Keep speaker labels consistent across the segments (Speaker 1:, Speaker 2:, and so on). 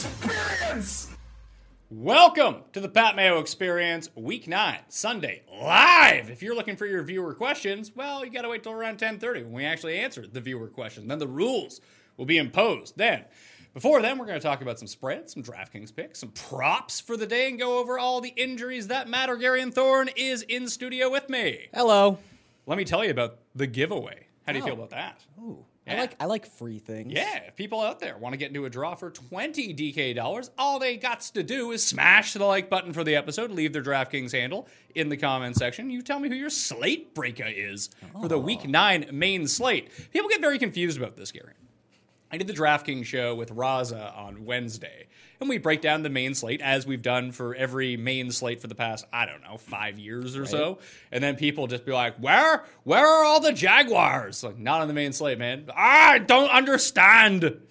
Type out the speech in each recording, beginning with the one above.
Speaker 1: Experience.
Speaker 2: Welcome to the Pat Mayo Experience, Week 9, Sunday, live. If you're looking for your viewer questions, well, you got to wait till around 10:30 when we actually answer the viewer question. Then the rules will be imposed. Then, before then, we're going to talk about some spreads, some DraftKings picks, some props for the day, and go over all the injuries that matter. Gary and Thorne is in studio with me.
Speaker 3: Hello.
Speaker 2: Let me tell you about the giveaway. How do you feel about that?
Speaker 3: I like I like free things.
Speaker 2: Yeah, if people out there want to get into a draw for 20 DK dollars, all they got to do is smash the like button for the episode, leave their DraftKings handle in the comment section. You tell me who your slate breaker is for the week nine main slate. People get very confused about this, Gary. I did the DraftKings show with Raza on Wednesday, and we break down the main slate as we've done for every main slate for the past, I don't know, five years or so. And then people just be like, Where where are all the Jaguars? Like, not on the main slate, man. I don't understand.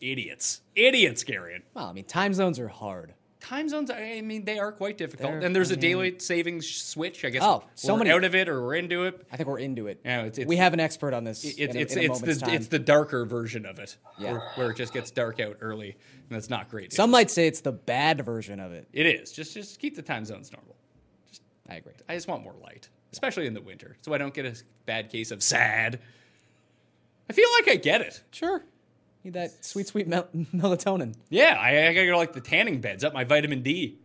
Speaker 2: Idiots. Idiots, Gary.
Speaker 3: Well, I mean, time zones are hard.
Speaker 2: Time zones, I mean, they are quite difficult.
Speaker 3: They're-
Speaker 2: and there's a
Speaker 3: I mean-
Speaker 2: daylight savings switch. I guess
Speaker 3: Oh, so
Speaker 2: we're
Speaker 3: many-
Speaker 2: out of it or we're into it.
Speaker 3: I think we're into it.
Speaker 2: Yeah, it's- it's-
Speaker 3: we have an expert on this.
Speaker 2: It,
Speaker 3: in a,
Speaker 2: it's
Speaker 3: in a
Speaker 2: it's
Speaker 3: moment's
Speaker 2: the
Speaker 3: time.
Speaker 2: it's the darker version of it,
Speaker 3: Yeah.
Speaker 2: where, where it just gets dark out early, and that's not great.
Speaker 3: Some might say it's the bad version of it.
Speaker 2: It is. Just just keep the time zones normal.
Speaker 3: I agree.
Speaker 2: I just want more light, especially in the winter, so I don't get a bad case of sad. I feel like I get it.
Speaker 3: Sure. Need that sweet, sweet mel- melatonin.
Speaker 2: Yeah, I, I gotta go to, like the tanning beds, up my vitamin D.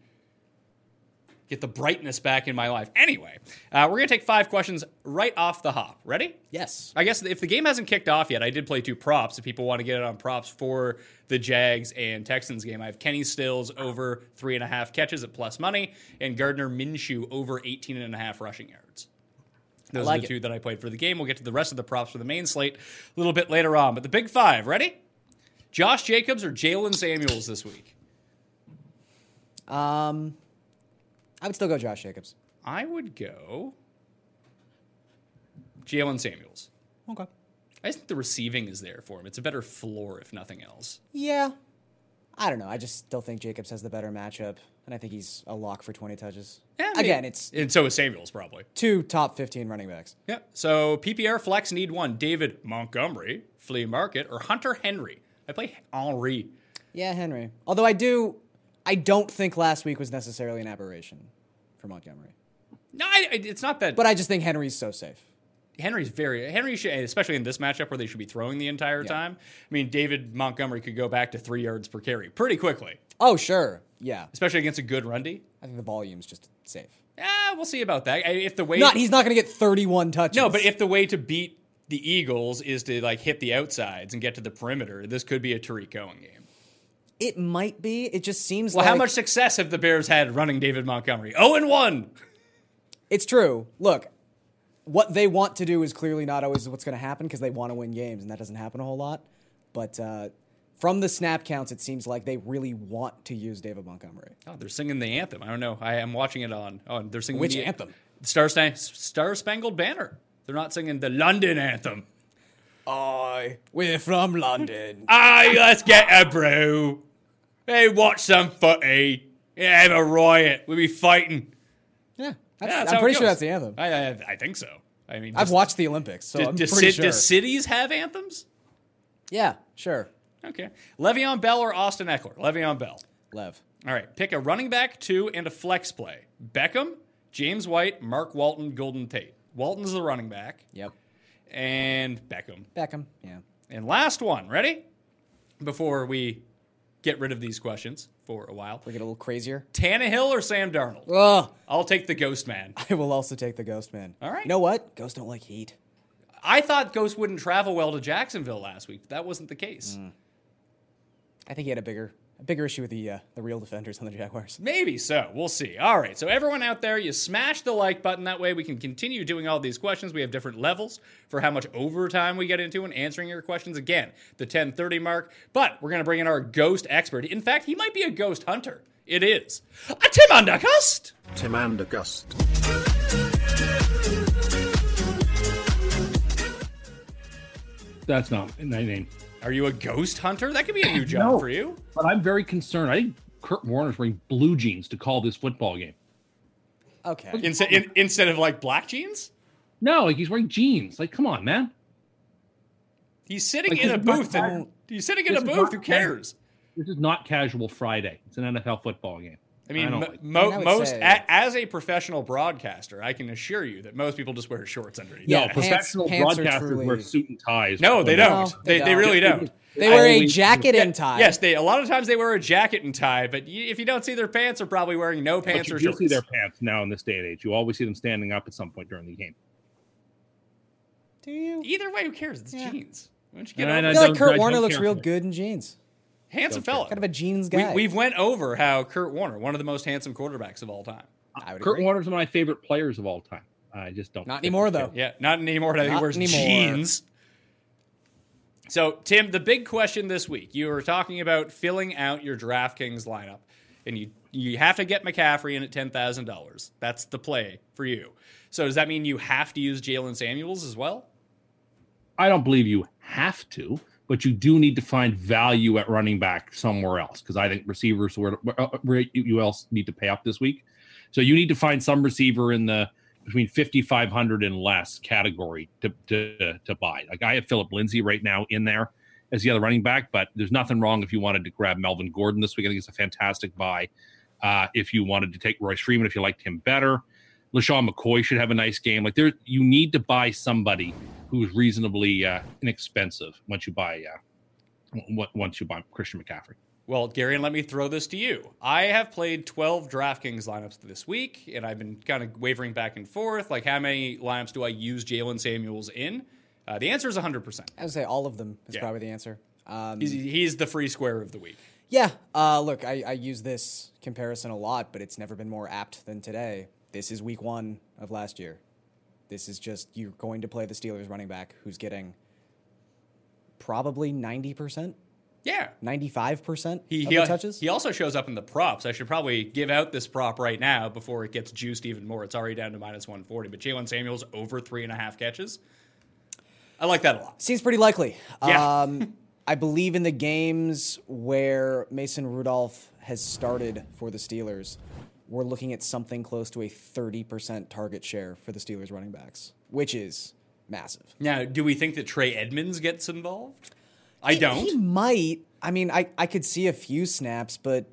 Speaker 2: Get the brightness back in my life. Anyway, uh, we're gonna take five questions right off the hop. Ready?
Speaker 3: Yes.
Speaker 2: I guess if the game hasn't kicked off yet, I did play two props. If people want to get it on props for the Jags and Texans game, I have Kenny Stills over three and a half catches at plus money, and Gardner Minshew over 18 and a half rushing yards. Those
Speaker 3: like
Speaker 2: are the
Speaker 3: it.
Speaker 2: two that I played for the game. We'll get to the rest of the props for the main slate a little bit later on. But the big five, ready? Josh Jacobs or Jalen Samuels this week?
Speaker 3: Um, I would still go Josh Jacobs.
Speaker 2: I would go Jalen Samuels.
Speaker 3: Okay.
Speaker 2: I just think the receiving is there for him. It's a better floor, if nothing else.
Speaker 3: Yeah. I don't know. I just still think Jacobs has the better matchup, and I think he's a lock for 20 touches.
Speaker 2: Yeah, I mean-
Speaker 3: Again, it's
Speaker 2: and so is Samuels probably.
Speaker 3: two top 15 running backs.
Speaker 2: Yeah. So PPR flex need one: David Montgomery, flea market, or Hunter Henry. I play Henry.
Speaker 3: Yeah, Henry. Although I do, I don't think last week was necessarily an aberration for Montgomery.
Speaker 2: No, I, I- it's not that.
Speaker 3: But I just think Henry's so safe.
Speaker 2: Henry's very Henry, should, especially in this matchup where they should be throwing the entire time. I mean, David Montgomery could go back to three yards per carry pretty quickly,
Speaker 3: Oh, sure. Yeah.
Speaker 2: especially against a good run D.
Speaker 3: I think the volume's just safe.
Speaker 2: Ah, we'll see about that. I- If the way
Speaker 3: Not he's not going to get 31 touches.
Speaker 2: no, but if the way to beat the Eagles is to like hit the outsides and get to the perimeter, this could be a Tariq Cohen game.
Speaker 3: it might be, it just seems
Speaker 2: Well,
Speaker 3: like
Speaker 2: how much success have the Oh Bears had running David Montgomery? 0 and 1.
Speaker 3: It's true. Look, what they want to do is clearly not always what's going to happen because they want to win games, and that doesn't happen a whole lot. But uh, from the snap counts, it seems like they really want to use David Montgomery.
Speaker 2: Oh, they're singing the anthem. I don't know. I am watching it on. Oh, they're singing
Speaker 3: Which
Speaker 2: the
Speaker 3: anthem?
Speaker 2: Star Span- Star Spangled Banner. They're not singing the London anthem.
Speaker 3: I, we're from London.
Speaker 2: Aye, let's get a brew. Hey, watch some footy. Yeah, have a riot. We'll be fighting.
Speaker 3: yeah,
Speaker 2: Yeah,
Speaker 3: that's,
Speaker 2: that's how
Speaker 3: I'm
Speaker 2: it
Speaker 3: pretty sure
Speaker 2: goes. Uh,
Speaker 3: that's the anthem.
Speaker 2: I, I, I think so. I mean,
Speaker 3: I've
Speaker 2: does-
Speaker 3: watched the Olympics, so
Speaker 2: does-
Speaker 3: I'm
Speaker 2: does,
Speaker 3: pretty
Speaker 2: ci-
Speaker 3: sure.
Speaker 2: does cities have anthems?
Speaker 3: yeah, sure.
Speaker 2: Okay. Le'Veon Bell or Austin Eckler? Le'Veon Bell.
Speaker 3: Lev.
Speaker 2: All right. Pick a running back, two, and a flex play. Beckham, James White, Mark Walton, Golden Tate. Walton's the running back,
Speaker 3: Yep.
Speaker 2: and Beckham.
Speaker 3: Beckham. Yeah.
Speaker 2: And last one. Ready? Before we get rid of these questions for a while.
Speaker 3: We get a little crazier.
Speaker 2: Tannehill or Sam Darnold?
Speaker 3: Ugh.
Speaker 2: I'll take the Ghost Man.
Speaker 3: I will also take the Ghost Man.
Speaker 2: All right.
Speaker 3: You know what? Ghosts don't like heat.
Speaker 2: I thought Ghost wouldn't travel well to Jacksonville last week. But that wasn't the case.
Speaker 3: I think he had a bigger, a bigger issue with the uh, the real defenders on the Jaguars.
Speaker 2: Maybe so. We'll see. All right. So, everyone out there, you smash the like button. That way, we can continue doing all these questions. We have different levels for how much overtime we get into and answering your questions again, the 1030 mark. But we're going to bring in our ghost expert. In fact, he might be a ghost hunter. It is a Tim Undergust.
Speaker 4: Tim and August.
Speaker 5: That's not my name.
Speaker 2: Are you a ghost hunter? That could be a new job for you.
Speaker 5: But I'm very concerned. I think Kurt Warner's wearing blue jeans to call this football game.
Speaker 3: Okay.
Speaker 2: Instead, in, instead of like black jeans?
Speaker 5: No, like he's wearing jeans. Like, come on, man.
Speaker 2: He's sitting
Speaker 5: Like,
Speaker 2: in a
Speaker 5: this is not
Speaker 2: booth. And,
Speaker 5: casual.
Speaker 2: he's sitting in a
Speaker 5: This is
Speaker 2: booth.
Speaker 5: not
Speaker 2: Who
Speaker 5: casual.
Speaker 2: cares?
Speaker 5: This is not casual Friday. It's an NFL football game.
Speaker 2: I mean,
Speaker 5: don't
Speaker 2: mo-
Speaker 5: like-
Speaker 2: mo-
Speaker 3: I would
Speaker 2: most
Speaker 3: say-
Speaker 2: a- as a professional broadcaster, I can assure you that most people just wear shorts underneath.
Speaker 5: no,
Speaker 3: Yeah, pants-
Speaker 5: professional
Speaker 3: pants are
Speaker 5: broadcasters
Speaker 3: truly-
Speaker 5: wear suit and ties.
Speaker 2: no, they don't.
Speaker 5: When-
Speaker 3: No,
Speaker 2: they,
Speaker 3: they
Speaker 2: they,
Speaker 3: don't.
Speaker 2: really don't.
Speaker 3: They wear a
Speaker 5: always-
Speaker 3: jacket and tie.
Speaker 2: Yes, they. A lot of times they wear a jacket and tie, but y- if you don't see their pants, they're probably wearing no
Speaker 5: But
Speaker 2: pants
Speaker 5: you
Speaker 2: or
Speaker 5: do
Speaker 2: shorts.
Speaker 5: see their pants now in this day and age. You always see them standing up at some point during the game.
Speaker 3: Do you?
Speaker 2: Either way, who cares? It's jeans. Why don't you get
Speaker 5: And I
Speaker 2: over
Speaker 3: I
Speaker 2: it?
Speaker 3: feel like
Speaker 5: don't- I
Speaker 3: Kurt
Speaker 5: don't
Speaker 3: Warner looks
Speaker 5: care
Speaker 3: real
Speaker 5: for it.
Speaker 3: good in jeans.
Speaker 2: handsome fella?
Speaker 3: Kind of a jeans
Speaker 2: we,
Speaker 3: guy.
Speaker 2: we've went over how Kurt Warner, one of the most handsome quarterbacks of all time.
Speaker 3: I would
Speaker 5: Kurt
Speaker 3: agree.
Speaker 5: Warner's one of my favorite players of all time. I just don't.
Speaker 3: Not
Speaker 5: think
Speaker 3: anymore,
Speaker 5: he's
Speaker 3: though.
Speaker 2: Yeah, not anymore. I think he
Speaker 3: Not
Speaker 2: wears
Speaker 3: anymore.
Speaker 2: jeans. So, Tim, the big question this week, you were talking about filling out your DraftKings lineup, and you you have to get McCaffrey in at ten thousand dollars. That's the play for you. So, does that mean you have to use Jalen Samuels as well?
Speaker 5: I don't believe you have to, but you do need to find value at running back somewhere else because I think receivers were where, where you- you else need to pay up this week. So you need to find some receiver in the between 5500 and less category to, to to buy. Like I have Philip Lindsay right now in there as the other running back, but there's nothing wrong if you wanted to grab Melvin Gordon this week. I think it's a fantastic buy. Uh, if you wanted to take Roy Freeman, if you liked him better, LaShawn McCoy should have a nice game. Like there, you need to buy somebody who's reasonably uh, inexpensive once you buy uh, w- w- once you buy Christian McCaffrey.
Speaker 2: Well, Gary, and let me throw this to you. I have played 12 DraftKings lineups this week, and I've been kind of wavering back and forth. Like, how many lineups do I use Jalen Samuels in? Uh, the answer is 100%.
Speaker 3: I would say all of them is
Speaker 2: Yeah.
Speaker 3: probably the answer. Um,
Speaker 2: He's, he's the free square of the week.
Speaker 3: yeah. Uh, look, I, I use this comparison a lot, but it's never been more apt than today. This is week one of last year. This is just you're going to play the Steelers running back who's getting probably 90%,
Speaker 2: Yeah.
Speaker 3: 95%
Speaker 2: He,
Speaker 3: of
Speaker 2: he,
Speaker 3: the touches.
Speaker 2: he also shows up in the props. I should probably give out this prop right now before it gets juiced even more. It's already down to minus 140, but Jalen Samuels over three and a half catches. I like that a lot.
Speaker 3: Seems pretty likely.
Speaker 2: Yeah.
Speaker 3: Um, I believe in the games where Mason Rudolph has started for the Steelers, we're looking at something close to a 30% target share for the Steelers running backs, which is massive.
Speaker 2: Now, do we think that Trey Edmonds gets involved? I
Speaker 3: He- He
Speaker 2: don't.
Speaker 3: might. I mean, I, I could see a few snaps, but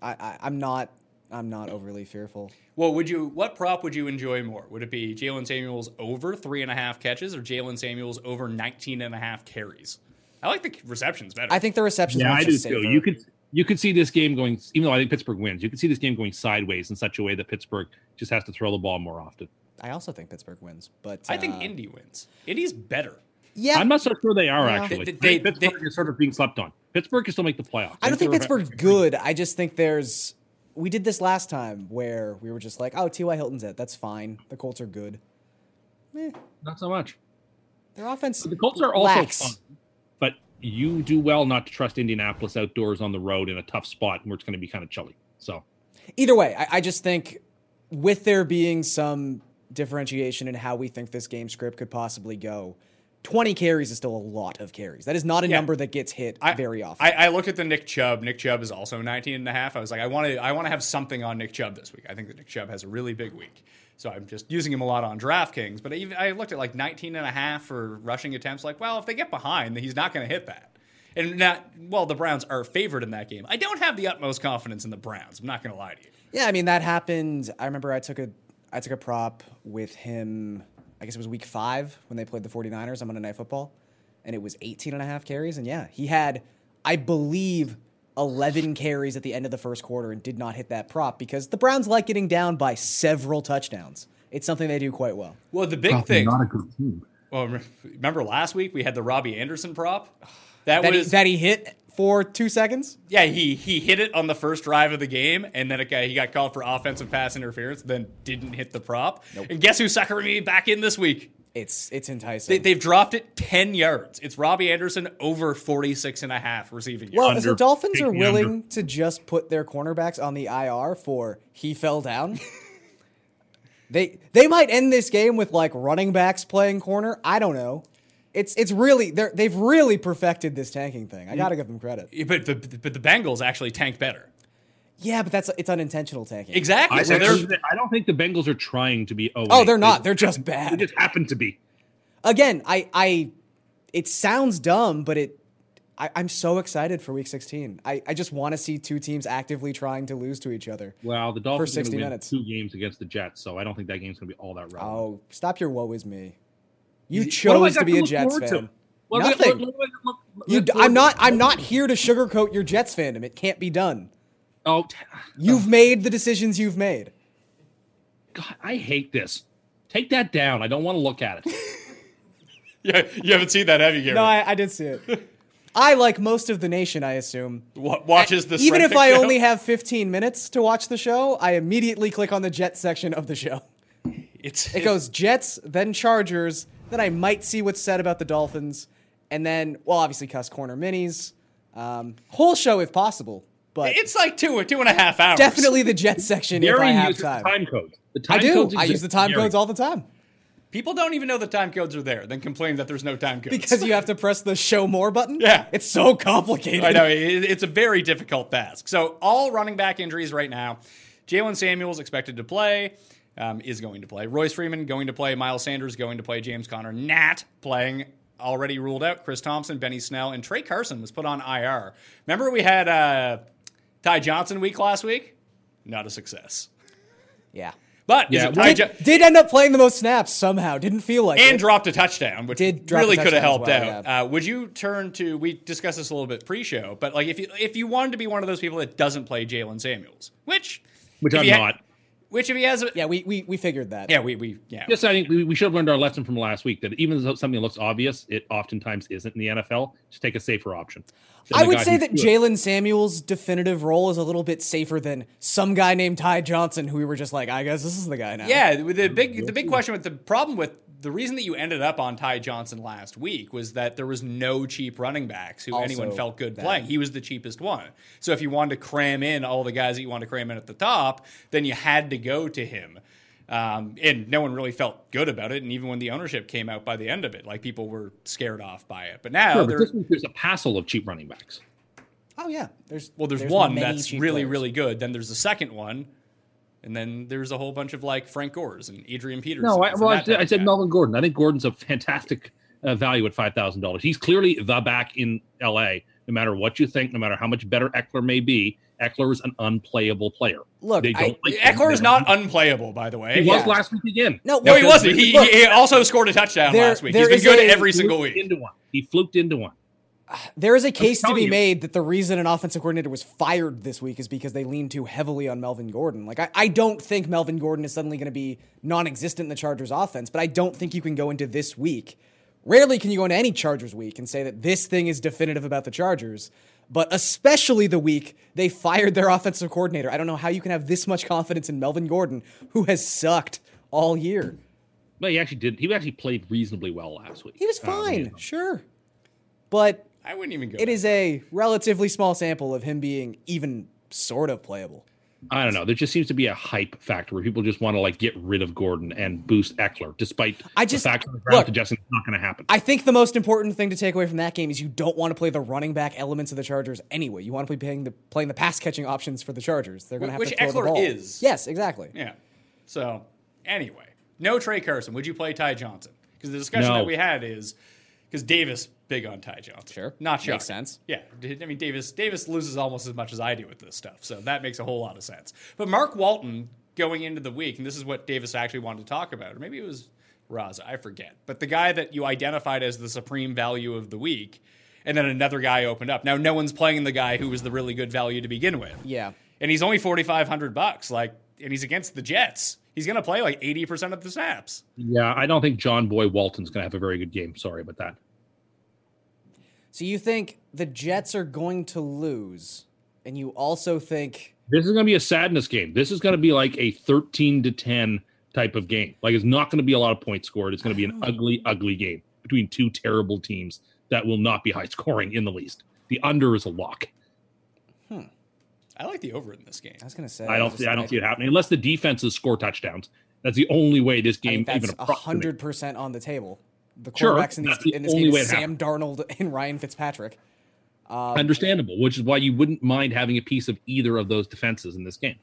Speaker 3: I, I, I'm not I'm not overly fearful.
Speaker 2: Well, would you? What prop would you enjoy more? Would it be Jalen Samuels over three and a half catches or Jalen Samuels over 19 and a half carries? I like the receptions better.
Speaker 3: I think the receptions
Speaker 5: Yeah,
Speaker 3: one's
Speaker 5: I do
Speaker 3: just
Speaker 5: too.
Speaker 3: safer.
Speaker 5: You could you could see this game going, even though I think Pittsburgh wins, you could see this game going sideways in such a way that Pittsburgh just has to throw the ball more often.
Speaker 3: I also think Pittsburgh wins, but
Speaker 2: I think
Speaker 3: uh,
Speaker 2: Indy wins. Indy's better.
Speaker 3: Yeah,
Speaker 5: I'm not so sure they are actually.
Speaker 2: They- they-
Speaker 5: I think
Speaker 2: they-
Speaker 5: Pittsburgh is sort of being slept on. Pittsburgh can still make the playoffs.
Speaker 3: I don't think
Speaker 5: They're-
Speaker 3: Pittsburgh's good. I just think there's. We did this last time where we were just like, oh, T.Y. Hilton's it. That's fine. The Colts are good. Eh,
Speaker 5: Not so much.
Speaker 3: Their offense.
Speaker 5: The Colts are also
Speaker 3: lacks.
Speaker 5: fun, but you do well not to trust Indianapolis outdoors on the road in a tough spot where it's going to be kind of chilly. So
Speaker 3: Either way, I, I just think with there being some differentiation in how we think this game script could possibly go, 20 carries is still a lot of carries. That is not a
Speaker 2: Yeah.
Speaker 3: number that gets hit
Speaker 2: I-
Speaker 3: very often.
Speaker 2: I, I looked at the Nick Chubb. Nick Chubb is also 19 and a half. I was like, I want to I want to have something on Nick Chubb this week. I think that Nick Chubb has a really big week. So I'm just using him a lot on DraftKings. But even, I looked at like 19 and a half for rushing attempts. Like, well, if they get behind, then he's not going to hit that. And not, well, the Browns are favored in that game. I don't have the utmost confidence in the Browns. I'm not going to lie to you.
Speaker 3: Yeah, I mean that happened. I remember I took a I took a prop with him. I guess it was week 5 when they played the 49ers on Monday Night Football and it was 18 and a half carries and yeah, he had I believe 11 carries at the end of the first quarter and did not hit that prop because the Browns like getting down by several touchdowns. It's something they do quite well.
Speaker 2: Well, the big thing.
Speaker 5: not a good team.
Speaker 2: well, rem- remember last week we had the Robbie Anderson prop. That,
Speaker 3: That he,
Speaker 2: was
Speaker 3: that he hit for 2 seconds?
Speaker 2: Yeah, he he hit it on the first drive of the game, and then it got, he got called for offensive pass interference, then didn't hit the prop. And guess who's suckering me back in this week?
Speaker 3: It's it's enticing.
Speaker 2: They, they've dropped it 10 yards. It's Robbie Anderson over 46 and a half receiving yards.
Speaker 3: Well, if the
Speaker 5: Under-
Speaker 3: Dolphins are
Speaker 5: taking
Speaker 3: willing
Speaker 5: under.
Speaker 3: to just put their cornerbacks on the IR for he fell down, they they might end this game with like running backs playing corner. I don't know. It's it's really they're they've really perfected this tanking thing. I
Speaker 5: Mm-hmm.
Speaker 3: gotta give them credit.
Speaker 2: But the, but the Bengals actually tanked better.
Speaker 3: Yeah, but that's it's unintentional tanking.
Speaker 2: Exactly.
Speaker 5: I,
Speaker 2: So they're,
Speaker 5: I don't think the Bengals are trying to be. Oh,
Speaker 3: Oh, they're not. They're just
Speaker 5: They
Speaker 3: bad.
Speaker 5: just happen to be.
Speaker 3: Again, I I it sounds dumb, but it I, I'm so excited for week 16. I, I just want to see two teams actively trying to lose to each other.
Speaker 5: Well, the Dolphins are
Speaker 3: 60
Speaker 5: gonna win
Speaker 3: minutes.
Speaker 5: two games against the Jets, so I don't think that game's going to be all that relevant.
Speaker 3: Oh, stop your woe is me. You
Speaker 5: What do I
Speaker 3: chose
Speaker 5: got
Speaker 3: to be a
Speaker 5: look
Speaker 3: Jets
Speaker 5: forward to?
Speaker 3: fan.
Speaker 5: What do I-
Speaker 3: Uh, Nothing.
Speaker 5: what do I- what do I-
Speaker 3: You,
Speaker 5: look
Speaker 3: d-
Speaker 5: forward
Speaker 3: I'm
Speaker 5: to?
Speaker 3: not. I'm not here to sugarcoat your Jets fandom. It can't be done.
Speaker 5: Oh, t-
Speaker 3: You've made the decisions you've made.
Speaker 5: God, I hate this. Take that down. I don't want to look at it.
Speaker 2: yeah, you haven't seen that, have you, Gary?
Speaker 3: No, I, I did see it. I like most of the nation. I assume.
Speaker 2: Wa- watches the
Speaker 3: Even
Speaker 2: spread
Speaker 3: if I
Speaker 2: pick now.
Speaker 3: only have 15 minutes to watch the show, I immediately click on the Jets section of the show.
Speaker 2: It's,
Speaker 3: It goes Jets, then Chargers, then I might see what's said about the Dolphins, and then well, obviously cuss corner minis, um, whole show if possible. But
Speaker 2: It's like two or two and a half hours.
Speaker 3: definitely the Jets section if I
Speaker 5: Gary
Speaker 3: have
Speaker 5: uses
Speaker 3: time.
Speaker 5: the time code. The time
Speaker 3: I do.
Speaker 5: codes
Speaker 3: I use
Speaker 5: exist.
Speaker 3: the time
Speaker 5: Gary.
Speaker 3: codes all the time
Speaker 2: People don't even know the time codes are there, then complain that there's no time codes.
Speaker 3: because you have to press the show more button.
Speaker 2: Yeah.
Speaker 3: it's so complicated.
Speaker 2: I know it, it's a very difficult task. So all running back injuries right now. Jalen Samuels expected to play, um, is going to play. Royce Freeman going to play. Miles Sanders going to play. James Conner not playing. Already ruled out. Chris Thompson, Benny Snell, and Trey Carson was put on IR. Remember we had uh, Ty Johnson week last week. Not a success.
Speaker 3: Yeah,
Speaker 2: But is
Speaker 5: Yeah,
Speaker 2: it Ty
Speaker 3: did,
Speaker 2: Jo-
Speaker 3: did end up playing the most snaps somehow. Didn't feel like
Speaker 2: and
Speaker 3: it.
Speaker 2: dropped a touchdown, which
Speaker 3: Did drop a
Speaker 2: really could have
Speaker 3: touchdown as
Speaker 2: helped
Speaker 3: well,
Speaker 2: out.
Speaker 3: yeah.
Speaker 2: Uh, would you turn to? We discussed this a little bit pre-show, but like if you if you wanted to be one of those people that doesn't play Jalen Samuels, which
Speaker 5: Which
Speaker 2: if
Speaker 5: I'm
Speaker 2: he ha-
Speaker 5: not.
Speaker 2: which if he has, a, yeah,
Speaker 3: Yeah, we, we we figured that.
Speaker 2: we we yeah,
Speaker 5: Yes, I think we, we should have learned our lesson from last week that even though something looks obvious, it oftentimes isn't in the NFL. Just take a safer option. Than
Speaker 2: Oh
Speaker 3: I
Speaker 5: the
Speaker 3: would
Speaker 5: guy
Speaker 3: say
Speaker 5: who
Speaker 3: that
Speaker 5: should.
Speaker 3: Jalen Samuels' definitive role is a little bit safer than some guy named Ty Johnson, who we were just like, I guess this is the guy now.
Speaker 2: yeah. The the big the big question with the problem with the reason that you ended up on Ty Johnson last week was that there was no cheap running backs who anyone
Speaker 3: Also
Speaker 2: felt good
Speaker 3: that.
Speaker 2: playing. He was the cheapest one. So if you wanted to cram in all the guys that you wanted to cram in at the top, then you had to go to him. Um, and no one really felt good about it. And even when the ownership came out by the end of it, like people were scared off by it. But now
Speaker 5: Sure, but
Speaker 2: there,
Speaker 5: this week there's a passel of cheap running backs.
Speaker 3: Oh yeah. There's
Speaker 2: well, there's, one
Speaker 3: many
Speaker 2: that's
Speaker 3: cheap
Speaker 2: really,
Speaker 3: players.
Speaker 2: really good. Then there's the second one. And then there's a whole bunch of like Frank Gores and Adrian Peterson.
Speaker 5: No, I,
Speaker 2: and
Speaker 5: well, I
Speaker 2: that
Speaker 5: said,
Speaker 2: type
Speaker 5: I
Speaker 2: of
Speaker 5: said
Speaker 2: guy.
Speaker 5: Melvin Gordon. I think Gordon's a fantastic uh, value at five thousand dollars. He's clearly the back in L.A. No matter what you think, no matter how much better Eckler may be, Eckler is an unplayable player.
Speaker 3: Look,
Speaker 5: they don't
Speaker 3: I-
Speaker 5: like him.
Speaker 2: Eckler is
Speaker 5: They
Speaker 2: not
Speaker 5: don't-
Speaker 2: unplayable, by the way.
Speaker 5: He was
Speaker 3: Yeah.
Speaker 5: last week again.
Speaker 3: No,
Speaker 2: No,
Speaker 3: look,
Speaker 2: he wasn't. He,
Speaker 3: look,
Speaker 2: he also scored a touchdown
Speaker 3: There-
Speaker 2: last week.
Speaker 3: there
Speaker 2: He's been
Speaker 3: is
Speaker 2: good
Speaker 3: a-
Speaker 2: every single
Speaker 5: fluked
Speaker 2: week.
Speaker 5: Into one. He fluked into one.
Speaker 3: There is a case to
Speaker 5: telling
Speaker 3: be
Speaker 5: you.
Speaker 3: made that the reason an offensive coordinator was fired this week is because they leaned too heavily on Melvin Gordon. Like, I, I don't think Melvin Gordon is suddenly going to be non existent in the Chargers offense, but I don't think you can go into this week. Rarely can you go into any Chargers week and say that this thing is definitive about the Chargers, but especially the week they fired their offensive coordinator. I don't know how you can have this much confidence in Melvin Gordon, who has sucked all year.
Speaker 5: No, he actually did. He actually played reasonably well last week.
Speaker 3: He was
Speaker 5: Um,
Speaker 3: fine, sure. But
Speaker 2: I wouldn't even go.
Speaker 3: it is a relatively small sample of him being even sort of playable.
Speaker 5: I don't know. There just seems to be a hype factor where people just want to like get rid of Gordon and boost Eckler, despite
Speaker 3: I just-
Speaker 5: the fact on the
Speaker 3: look,
Speaker 5: ground suggesting it's not going to happen.
Speaker 3: I think the most important thing to take away from that game is you don't want to play the running back elements of the Chargers anyway. You want to be playing the playing the pass catching options for the Chargers. They're going to have
Speaker 2: Which
Speaker 3: to throw
Speaker 2: Eckler
Speaker 3: the ball.
Speaker 2: is.
Speaker 3: Yes, exactly.
Speaker 2: Yeah. So anyway, no Trey Carson. Would you play Ty Johnson? Because the discussion
Speaker 5: No.
Speaker 2: that we had is because Davis big on Ty Johnson.
Speaker 3: Sure.
Speaker 2: Not
Speaker 3: Makes
Speaker 2: shocking.
Speaker 3: sense.
Speaker 2: Yeah. I mean Davis Davis loses almost as much as I do with this stuff. So that makes a whole lot of sense. But Mark Walton going into the week, and this is what Davis actually wanted to talk about, or maybe it was Raza, I forget. But the guy that you identified as the supreme value of the week, and then another guy opened up. Now no one's playing the guy who was the really good value to begin with
Speaker 3: Yeah.
Speaker 2: and he's only 4500 bucks like and he's against the jets he's going to play like 80% of the snaps
Speaker 5: yeah, I don't think John Boy Walton's going to have a very good game. Sorry about that.
Speaker 3: So you think the Jets are going to lose, and you also think
Speaker 5: This is going to be a sadness game. This is going to be like a 13 to 10 type of game. Like it's not going to be a lot of points scored. It's going to be an ugly, ugly game between two terrible teams that will not be high scoring in the least. The under is a lock.
Speaker 2: i like the over in this game
Speaker 3: I was going to say
Speaker 5: I don't
Speaker 3: just-
Speaker 5: see. I don't see it happening unless the defenses score touchdowns. That's the only way this
Speaker 3: I
Speaker 5: game
Speaker 3: think that's
Speaker 5: even approximates.
Speaker 3: hundred percent on the table. The
Speaker 5: Sure,
Speaker 3: quarterbacks in, these,
Speaker 5: that's the
Speaker 3: in this
Speaker 5: only
Speaker 3: game
Speaker 5: way
Speaker 3: is
Speaker 5: it
Speaker 3: Sam Darnold and Ryan Fitzpatrick.
Speaker 5: understandable, which is why you wouldn't mind having a piece of either of those defenses in this game.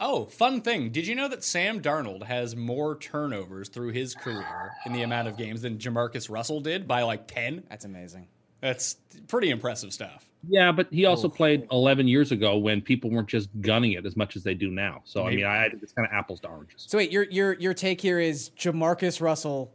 Speaker 2: oh fun thing did you know that sam darnold has more turnovers through his career in the amount of games than jamarcus russell did by like 10
Speaker 3: That's amazing.
Speaker 2: that's pretty impressive stuff
Speaker 5: Yeah, but he
Speaker 3: Oh,
Speaker 5: also played 11 years ago when people weren't just gunning it as much as they do now. So I mean, I I think it's kind of apples to oranges.
Speaker 3: So wait, your your your take here is Jamarcus Russell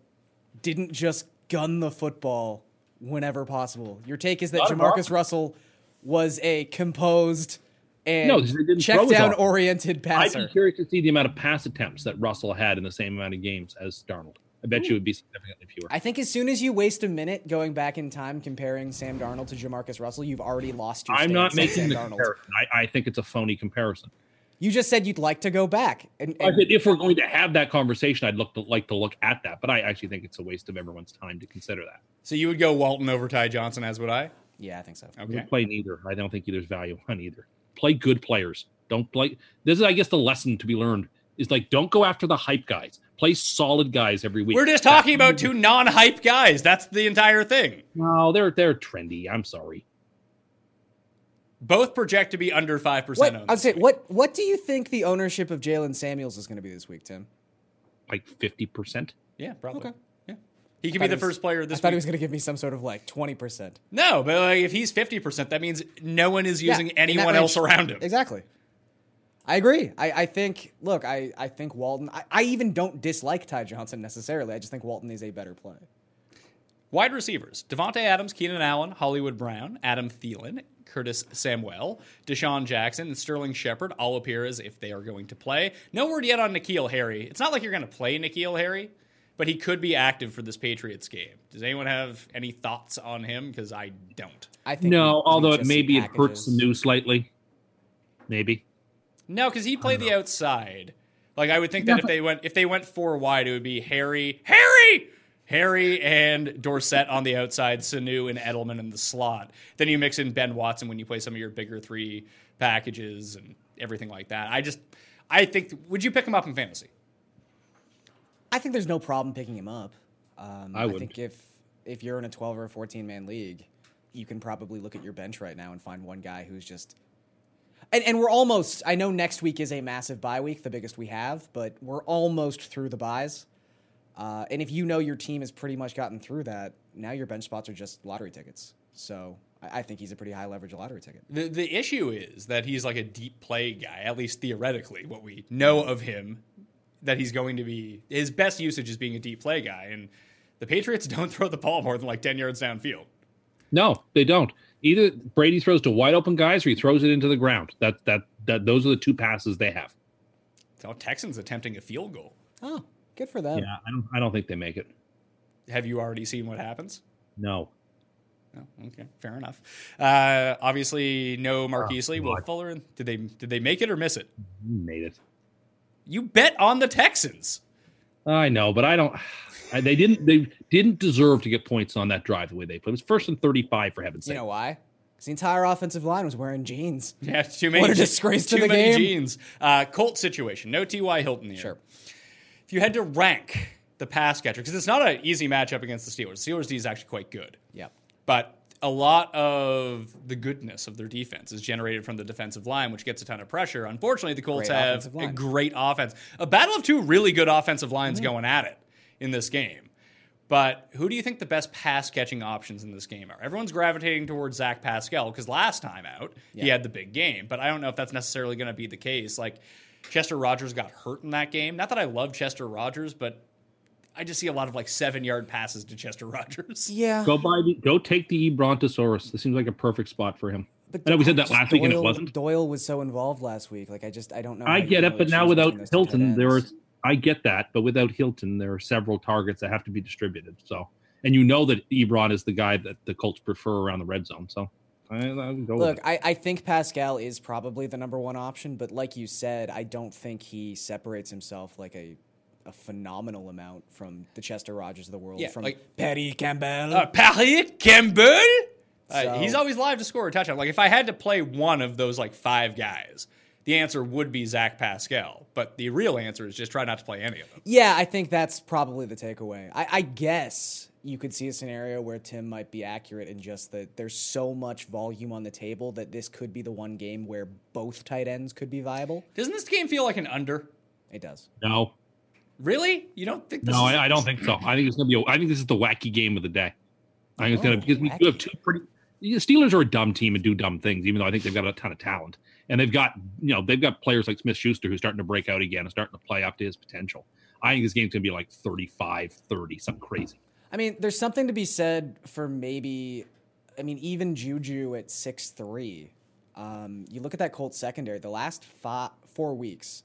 Speaker 3: didn't just gun the football whenever possible. Your take is that
Speaker 5: Not a
Speaker 3: Jamarcus
Speaker 5: problem.
Speaker 3: Russell was a composed and
Speaker 5: No, 'cause they didn't throw
Speaker 3: check
Speaker 5: his
Speaker 3: down
Speaker 5: arm.
Speaker 3: oriented
Speaker 5: I'd
Speaker 3: passer.
Speaker 5: be curious to see the amount of pass attempts that Russell had in the same amount of games as Darnold. I bet you it would be significantly fewer.
Speaker 3: I think as soon as you waste a minute going back in time comparing Sam Darnold to Jamarcus Russell, you've already lost your.
Speaker 5: I'm not
Speaker 3: stance on
Speaker 5: making the
Speaker 3: Sam Darnold.
Speaker 5: comparison. I, I think it's a phony comparison.
Speaker 3: You just said you'd like to go back, and,
Speaker 5: I
Speaker 3: and
Speaker 5: said if we're going to have that conversation, I'd look to, like to look at that, but I actually think it's a waste of everyone's time to consider that.
Speaker 2: so you would go walton over ty johnson as would i
Speaker 3: yeah, I think so.
Speaker 5: We
Speaker 2: okay
Speaker 5: play neither. I don't think there's value on either. Play good players. Don't play. This is, I guess, the lesson to be learned is like don't go after the hype guys. Play solid guys every week.
Speaker 2: we're just talking about two non-hype guys that's the entire thing
Speaker 5: No, they're they're trendy. I'm sorry.
Speaker 2: both project to be under 5%
Speaker 3: What
Speaker 2: owned
Speaker 3: I'd
Speaker 2: this
Speaker 3: say,
Speaker 2: week.
Speaker 3: what what do you think the ownership of Jalen Samuels is going to be this week, Tim?
Speaker 5: Like fifty percent.
Speaker 2: yeah probably
Speaker 3: Okay.
Speaker 2: yeah he could be
Speaker 3: thought
Speaker 2: the
Speaker 3: he was-
Speaker 2: first player this
Speaker 3: I thought
Speaker 2: week
Speaker 3: he was going to give me some sort of like twenty percent.
Speaker 2: No, but like if he's fifty percent, that means no one is using
Speaker 3: in that
Speaker 2: anyone
Speaker 3: range.
Speaker 2: else around him.
Speaker 3: Exactly. I agree. I, I think. Look, I, I think Walton. I, I even don't dislike Ty Johnson necessarily. I just think Walton is a better play.
Speaker 2: Wide receivers: Devonte Adams, Keenan Allen, Hollywood Brown, Adam Thielen, Curtis Samuel, Deshaun Jackson, and Sterling Shepard all appear as if they are going to play. No word yet on Nikhil Harry. It's not like you're going to play Nikhil Harry, but he could be active for this Patriots game. Does anyone have any thoughts on him? Because I don't.
Speaker 3: I think. we-
Speaker 5: No,
Speaker 3: we
Speaker 5: although it
Speaker 3: just
Speaker 5: maybe it hurts
Speaker 3: packages-
Speaker 5: the news slightly. Maybe.
Speaker 2: No, because he played the outside. Like I would think that if they went if they went four wide, it would be Harry, Harry, Harry, and Dorset on the outside, Sanu and Edelman in the slot. Then you mix in Ben Watson when you play some of your bigger three packages and everything like that. I just, I think, would you pick him up in fantasy?
Speaker 3: I think there's no problem picking him up. Um,
Speaker 5: I
Speaker 3: I,
Speaker 5: would.
Speaker 3: think if if you're in a 12 or a 14 man league, you can probably look at your bench right now and find one guy who's just. And, and we're almost. I know next week is a massive bye week, the biggest we have, but we're almost through the buys. Uh, and if you know your team has pretty much gotten through that, now your bench spots are just lottery tickets. So I, I think he's a pretty high leverage lottery ticket.
Speaker 2: The the issue is that he's like a deep play guy, at least theoretically, what we know of him, that he's going to be his best usage is being a deep play guy, and the Patriots don't throw the ball more than like ten yards downfield.
Speaker 5: No, they don't. Either Brady throws to wide open guys or he throws it into the ground. That that that those are the two passes they have.
Speaker 2: So Oh, Texans attempting a field goal.
Speaker 3: Oh, good for them.
Speaker 5: Yeah, I don't I don't think they make it.
Speaker 2: Have you already seen what happens?
Speaker 5: No.
Speaker 2: No. Okay. Fair enough. Uh, obviously, no
Speaker 3: Oh,
Speaker 2: Mark Easley. Will Fuller. Did they did they make it or miss it?
Speaker 5: You made it.
Speaker 2: You bet on the Texans.
Speaker 5: I know, but I don't. I- They didn't. They didn't deserve to get points on that drive the way they played. It was first and thirty-five for heaven's
Speaker 3: You
Speaker 5: sake.
Speaker 3: know why? Because the entire offensive line was wearing jeans.
Speaker 2: Yeah, too many.
Speaker 3: a disgrace to
Speaker 2: too
Speaker 3: the
Speaker 2: many
Speaker 3: game.
Speaker 2: jeans. Uh, Colt situation. No T.Y. Hilton here.
Speaker 3: Sure.
Speaker 2: If you had to rank the pass catcher, because it's not an easy matchup against the Steelers. Steelers D is actually quite good,
Speaker 3: Yep.
Speaker 2: but a lot of the goodness of their defense is generated from the defensive line, which gets a ton of pressure. Unfortunately, the Colts
Speaker 3: Great
Speaker 2: have
Speaker 3: offensive
Speaker 2: a
Speaker 3: line. Mm-hmm.
Speaker 2: great offense. A battle of two really good offensive lines going at it in this game. But who do you think the best pass catching options in this game are? Everyone's gravitating towards Zach Pascal because last time out he had the big game, but I don't know if that's necessarily going to be the case. Like Chester Rogers got hurt in that game. Not that I love Chester Rogers, but I just see a lot of like seven yard passes to Chester Rogers.
Speaker 3: Yeah.
Speaker 5: Go buy. The, go take the Brontosaurus. This seems like a perfect spot for him. I know we said that
Speaker 3: just
Speaker 5: last week and it
Speaker 3: Doyle-
Speaker 5: wasn't.
Speaker 3: Doyle was so involved last week. Like I just I don't know. how
Speaker 5: I
Speaker 3: you
Speaker 5: get
Speaker 3: can
Speaker 5: it,
Speaker 3: really
Speaker 5: but now
Speaker 3: choose between those
Speaker 5: without
Speaker 3: two tight
Speaker 5: Hilton, there
Speaker 3: ends.
Speaker 5: is. I get that, but without Hilton, there are several targets that have to be distributed. So, and you know that Ebron is the guy that the Colts prefer around the red zone. So, I, I would go with
Speaker 3: Look,
Speaker 5: it.
Speaker 3: I, I think Pascal is probably the number one option, but like you said, I don't think he separates himself like a a phenomenal amount from the Chester Rogers of the world,
Speaker 2: Yeah,
Speaker 3: from
Speaker 2: like-
Speaker 3: Petty Campbell.
Speaker 2: Uh, Paris Campbell. Uh,
Speaker 3: So-
Speaker 2: he's always live to score a touchdown. Like if I had to play one of those like five guys, the answer would be Zach Pascal. But the real answer is just try not to play any of them.
Speaker 3: Yeah, I think that's probably the takeaway. I, I guess you could see a scenario where Tim might be accurate in just that there's so much volume on the table that this could be the one game where both tight ends could be viable.
Speaker 2: Doesn't this game feel like an under?
Speaker 3: It does.
Speaker 5: no,
Speaker 2: Really? You don't think this
Speaker 5: no,
Speaker 2: is
Speaker 5: I, I don't think so. I think it's gonna be. A, I think this is the wacky game of the day. I think it's gonna
Speaker 3: Oh,
Speaker 5: because we do have two pretty. The Steelers are a dumb team and do dumb things, even though I think they've got a ton of talent. And they've got you know they've got players like Smith Schuster who's starting to break out again and starting to play up to his potential. I think this game's gonna be like 35, 30, something crazy.
Speaker 3: I mean, there's something to be said for maybe, I mean, even Juju at six three. Um, you look at that Colts secondary. The last five, four weeks,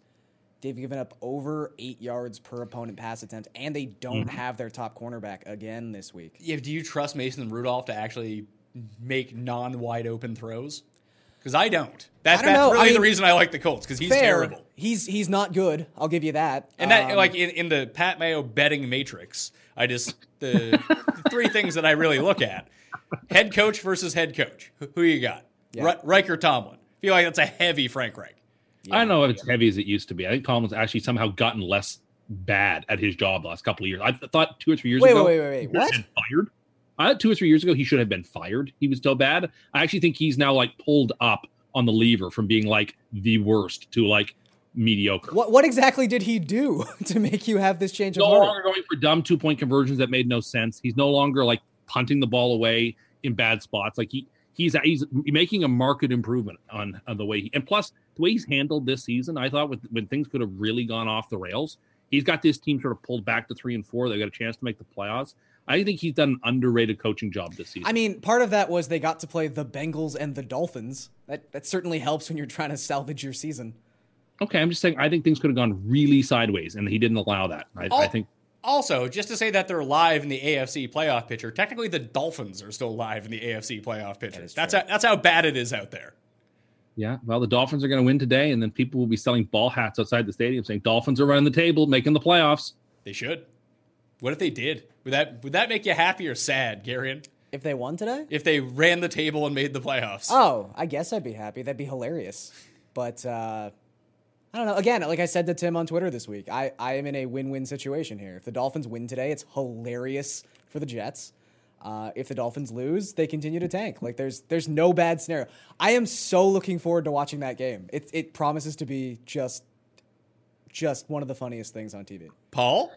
Speaker 3: they've given up over eight yards per opponent pass attempt, and they don't have their top cornerback again this week.
Speaker 2: Yeah, do you trust Mason Rudolph to actually make non wide open throws? Because I don't. That,
Speaker 3: I
Speaker 2: that's
Speaker 3: don't know. I
Speaker 2: really the
Speaker 3: mean,
Speaker 2: reason I like the Colts because he's
Speaker 3: Fair.
Speaker 2: terrible.
Speaker 3: He's he's not good. I'll give you that.
Speaker 2: And that,
Speaker 3: Um,
Speaker 2: like in, in the Pat Mayo betting matrix, I just the three things that I really look at: head coach versus head coach. Who, who you got?
Speaker 3: Yeah.
Speaker 2: Ri- Reich or Tomlin? Feel like that's a heavy Frank Reich.
Speaker 5: I don't know if it's heavy as it used to be. I think Tomlin's actually somehow gotten less bad at his job the last couple of years. I th- thought two or three years
Speaker 3: Wait,
Speaker 5: ago.
Speaker 3: wait, wait, wait, wait.
Speaker 5: he should have
Speaker 3: What?
Speaker 5: been Fired. I thought two or three years ago he should have been fired. He was still bad. I actually think he's now like pulled up on the lever from being like the worst to like mediocre.
Speaker 3: what what exactly did he do to make you have this change of
Speaker 5: no
Speaker 3: heart?
Speaker 5: longer going for dumb two point conversions that made no sense. He's no longer like punting the ball away in bad spots. Like he he's he's making a market improvement on, on the way he and plus the way he's handled this season. I thought with, when things could have really gone off the rails, he's got this team sort of pulled back to three and four. They got a chance to make the playoffs. I think he's done an underrated coaching job this season.
Speaker 3: I mean, part of that was they got to play the Bengals and the Dolphins. That that certainly helps when you're trying to salvage your season.
Speaker 5: okay, I'm just saying I think things could have gone really sideways, and he didn't allow that. I, I
Speaker 2: Al-
Speaker 5: think
Speaker 2: Also, just to say that they're live in the AFC playoff picture. Technically, the Dolphins are still live in the AFC playoff picture. that's how, that's how bad it is out there.
Speaker 5: Yeah, well, the Dolphins are going to win today, and then people will be selling ball hats outside the stadium saying Dolphins are running the table, making the playoffs.
Speaker 2: They should. What if they did? Would that would that make you happy or sad, Garion?
Speaker 3: If they won today?
Speaker 2: If they ran the table and made the playoffs?
Speaker 3: Oh, I guess I'd be happy. That'd be hilarious. But uh, I don't know. Again, like I said to Tim on Twitter this week, I, I am in a win win situation here. If the Dolphins win today, it's hilarious for the Jets. Uh, if the Dolphins lose, they continue to tank. Like there's there's no bad scenario. I am so looking forward to watching that game. It it promises to be just just one of the funniest things on TV.
Speaker 2: Paul,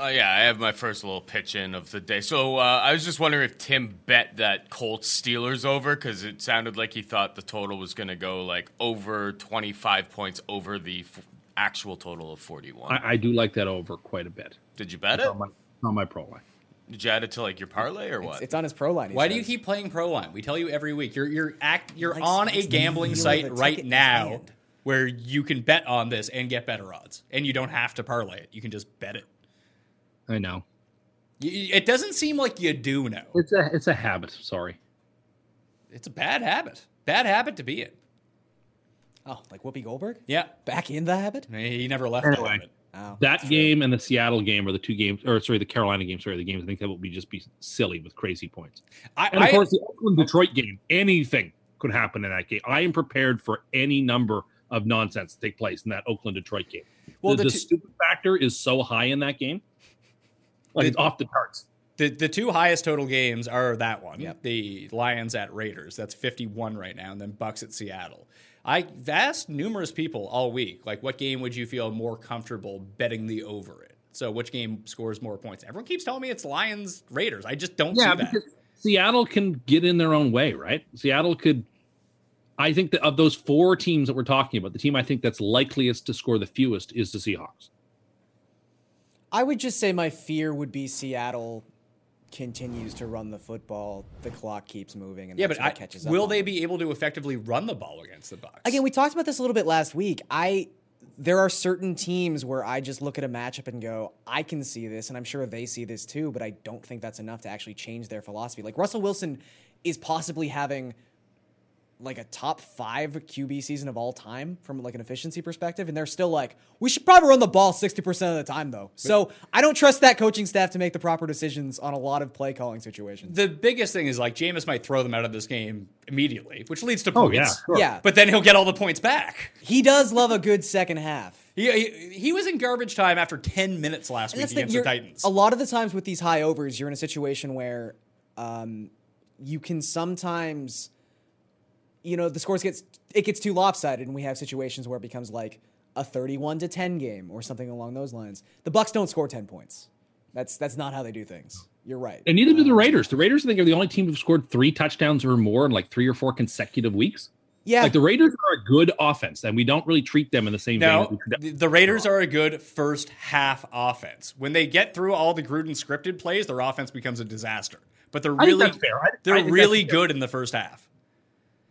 Speaker 6: Uh, yeah, I have my first little pitch in of the day. So uh, I was just wondering if Tim bet that Colts Steelers over because it sounded like he thought the total was going to go like over 25 points over the f- actual total of 41.
Speaker 5: I, I do like that over quite a bit.
Speaker 6: Did you bet
Speaker 5: It's
Speaker 6: it?
Speaker 5: on my, it's on my pro line.
Speaker 6: Did you add it to like your parlay or what?
Speaker 3: It's, it's on his pro line. he
Speaker 2: Why do you
Speaker 3: says.
Speaker 2: keep playing pro line? We tell you every week. You're you're act you're
Speaker 3: likes-
Speaker 2: on a
Speaker 3: likes the
Speaker 2: gambling
Speaker 3: feel of
Speaker 2: site
Speaker 3: a
Speaker 2: right
Speaker 3: ticket in his
Speaker 2: now
Speaker 3: hand.
Speaker 2: where you can bet on this and get better odds, and you don't have to parlay it. You can just bet it.
Speaker 5: I know
Speaker 2: You- you- It doesn't seem like you do know.
Speaker 5: it's a it's a habit. Sorry,
Speaker 2: It's a bad habit. Bad habit to be in.
Speaker 3: Oh, like Whoopi Goldberg?
Speaker 2: Yeah,
Speaker 3: Back in the habit?
Speaker 2: he never left.
Speaker 5: Anyway.
Speaker 2: That habit.
Speaker 3: Oh,
Speaker 5: That
Speaker 3: that's true.
Speaker 5: game and the Seattle game are the two games, or sorry, the Carolina game. Sorry, the games I think that would be just be silly with crazy points.
Speaker 7: I,
Speaker 5: And of
Speaker 7: I-
Speaker 5: course, the Oakland Detroit game, anything could happen in that game. I am prepared for any number of nonsense to take place in that Oakland Detroit game.
Speaker 7: Well,
Speaker 5: Well,
Speaker 7: the
Speaker 5: the,
Speaker 7: two-
Speaker 5: stupid factor is so high in that game, like
Speaker 7: The-
Speaker 5: it's off the charts.
Speaker 7: the, the two highest total games are that one,
Speaker 3: Yep.
Speaker 7: the Lions at Raiders. That's 51 right now, and then Bucks at Seattle. I asked numerous people all week, like, what game would you feel more comfortable betting the over in? So, which game scores more points? Everyone keeps telling me it's Lions Raiders. I just don't
Speaker 5: Yeah,
Speaker 7: see that.
Speaker 5: because Seattle can get in their own way, right? Seattle could. I think that of those four teams that we're talking about, the team I think that's likeliest to score the fewest is the Seahawks.
Speaker 3: I would just say my fear would be Seattle continues to run the football, the clock keeps moving, and
Speaker 7: Yeah,
Speaker 3: that's
Speaker 7: but
Speaker 3: what
Speaker 7: I,
Speaker 3: catches up
Speaker 7: will
Speaker 3: on
Speaker 7: they
Speaker 3: them.
Speaker 7: be able to effectively run the ball against the Bucks?
Speaker 3: Again, we talked about this a little bit last week. I there are certain teams where I just look at a matchup and go, I can see this, and I'm sure they see this too, but I don't think that's enough to actually change their philosophy. Like Russell Wilson is possibly having like a top five QB season of all time from like an efficiency perspective, and they're still like, we should probably run the ball sixty percent of the time though. So I don't trust that coaching staff to make the proper decisions on a lot of play calling situations.
Speaker 7: the biggest thing is like Jameis might throw them out of this game immediately, which leads to
Speaker 5: Oh,
Speaker 7: points.
Speaker 5: yeah, sure.
Speaker 3: Yeah, but
Speaker 7: But then he'll get all the points back.
Speaker 3: he does love a good second half.
Speaker 7: He, he, he was in garbage time after 10 minutes last week
Speaker 3: That's the-
Speaker 7: against the
Speaker 3: you're-
Speaker 7: Titans.
Speaker 3: A lot of the times with these high overs, you're in a situation where um, you can sometimes, you know, the scores gets it gets too lopsided, and we have situations where it becomes like a 31 to 10 game or something along those lines. The Bucks don't score 10 points. That's that's not how they do things. You're right.
Speaker 5: And neither do
Speaker 7: Mm.
Speaker 5: the Raiders. The Raiders, I think, are the only team who've scored three touchdowns or more in like three or four consecutive weeks.
Speaker 3: yeah,
Speaker 5: Like the Raiders are a good offense, and we don't really treat them in the same vein. that we
Speaker 7: No,
Speaker 5: treat them.
Speaker 7: the, the Raiders are a good first half offense. When they get through all the Gruden scripted plays, their offense becomes a disaster. But they're
Speaker 5: I think
Speaker 7: really
Speaker 5: that's fair. I- I
Speaker 7: they're
Speaker 5: think that's
Speaker 7: really
Speaker 5: fair.
Speaker 7: good in the first half.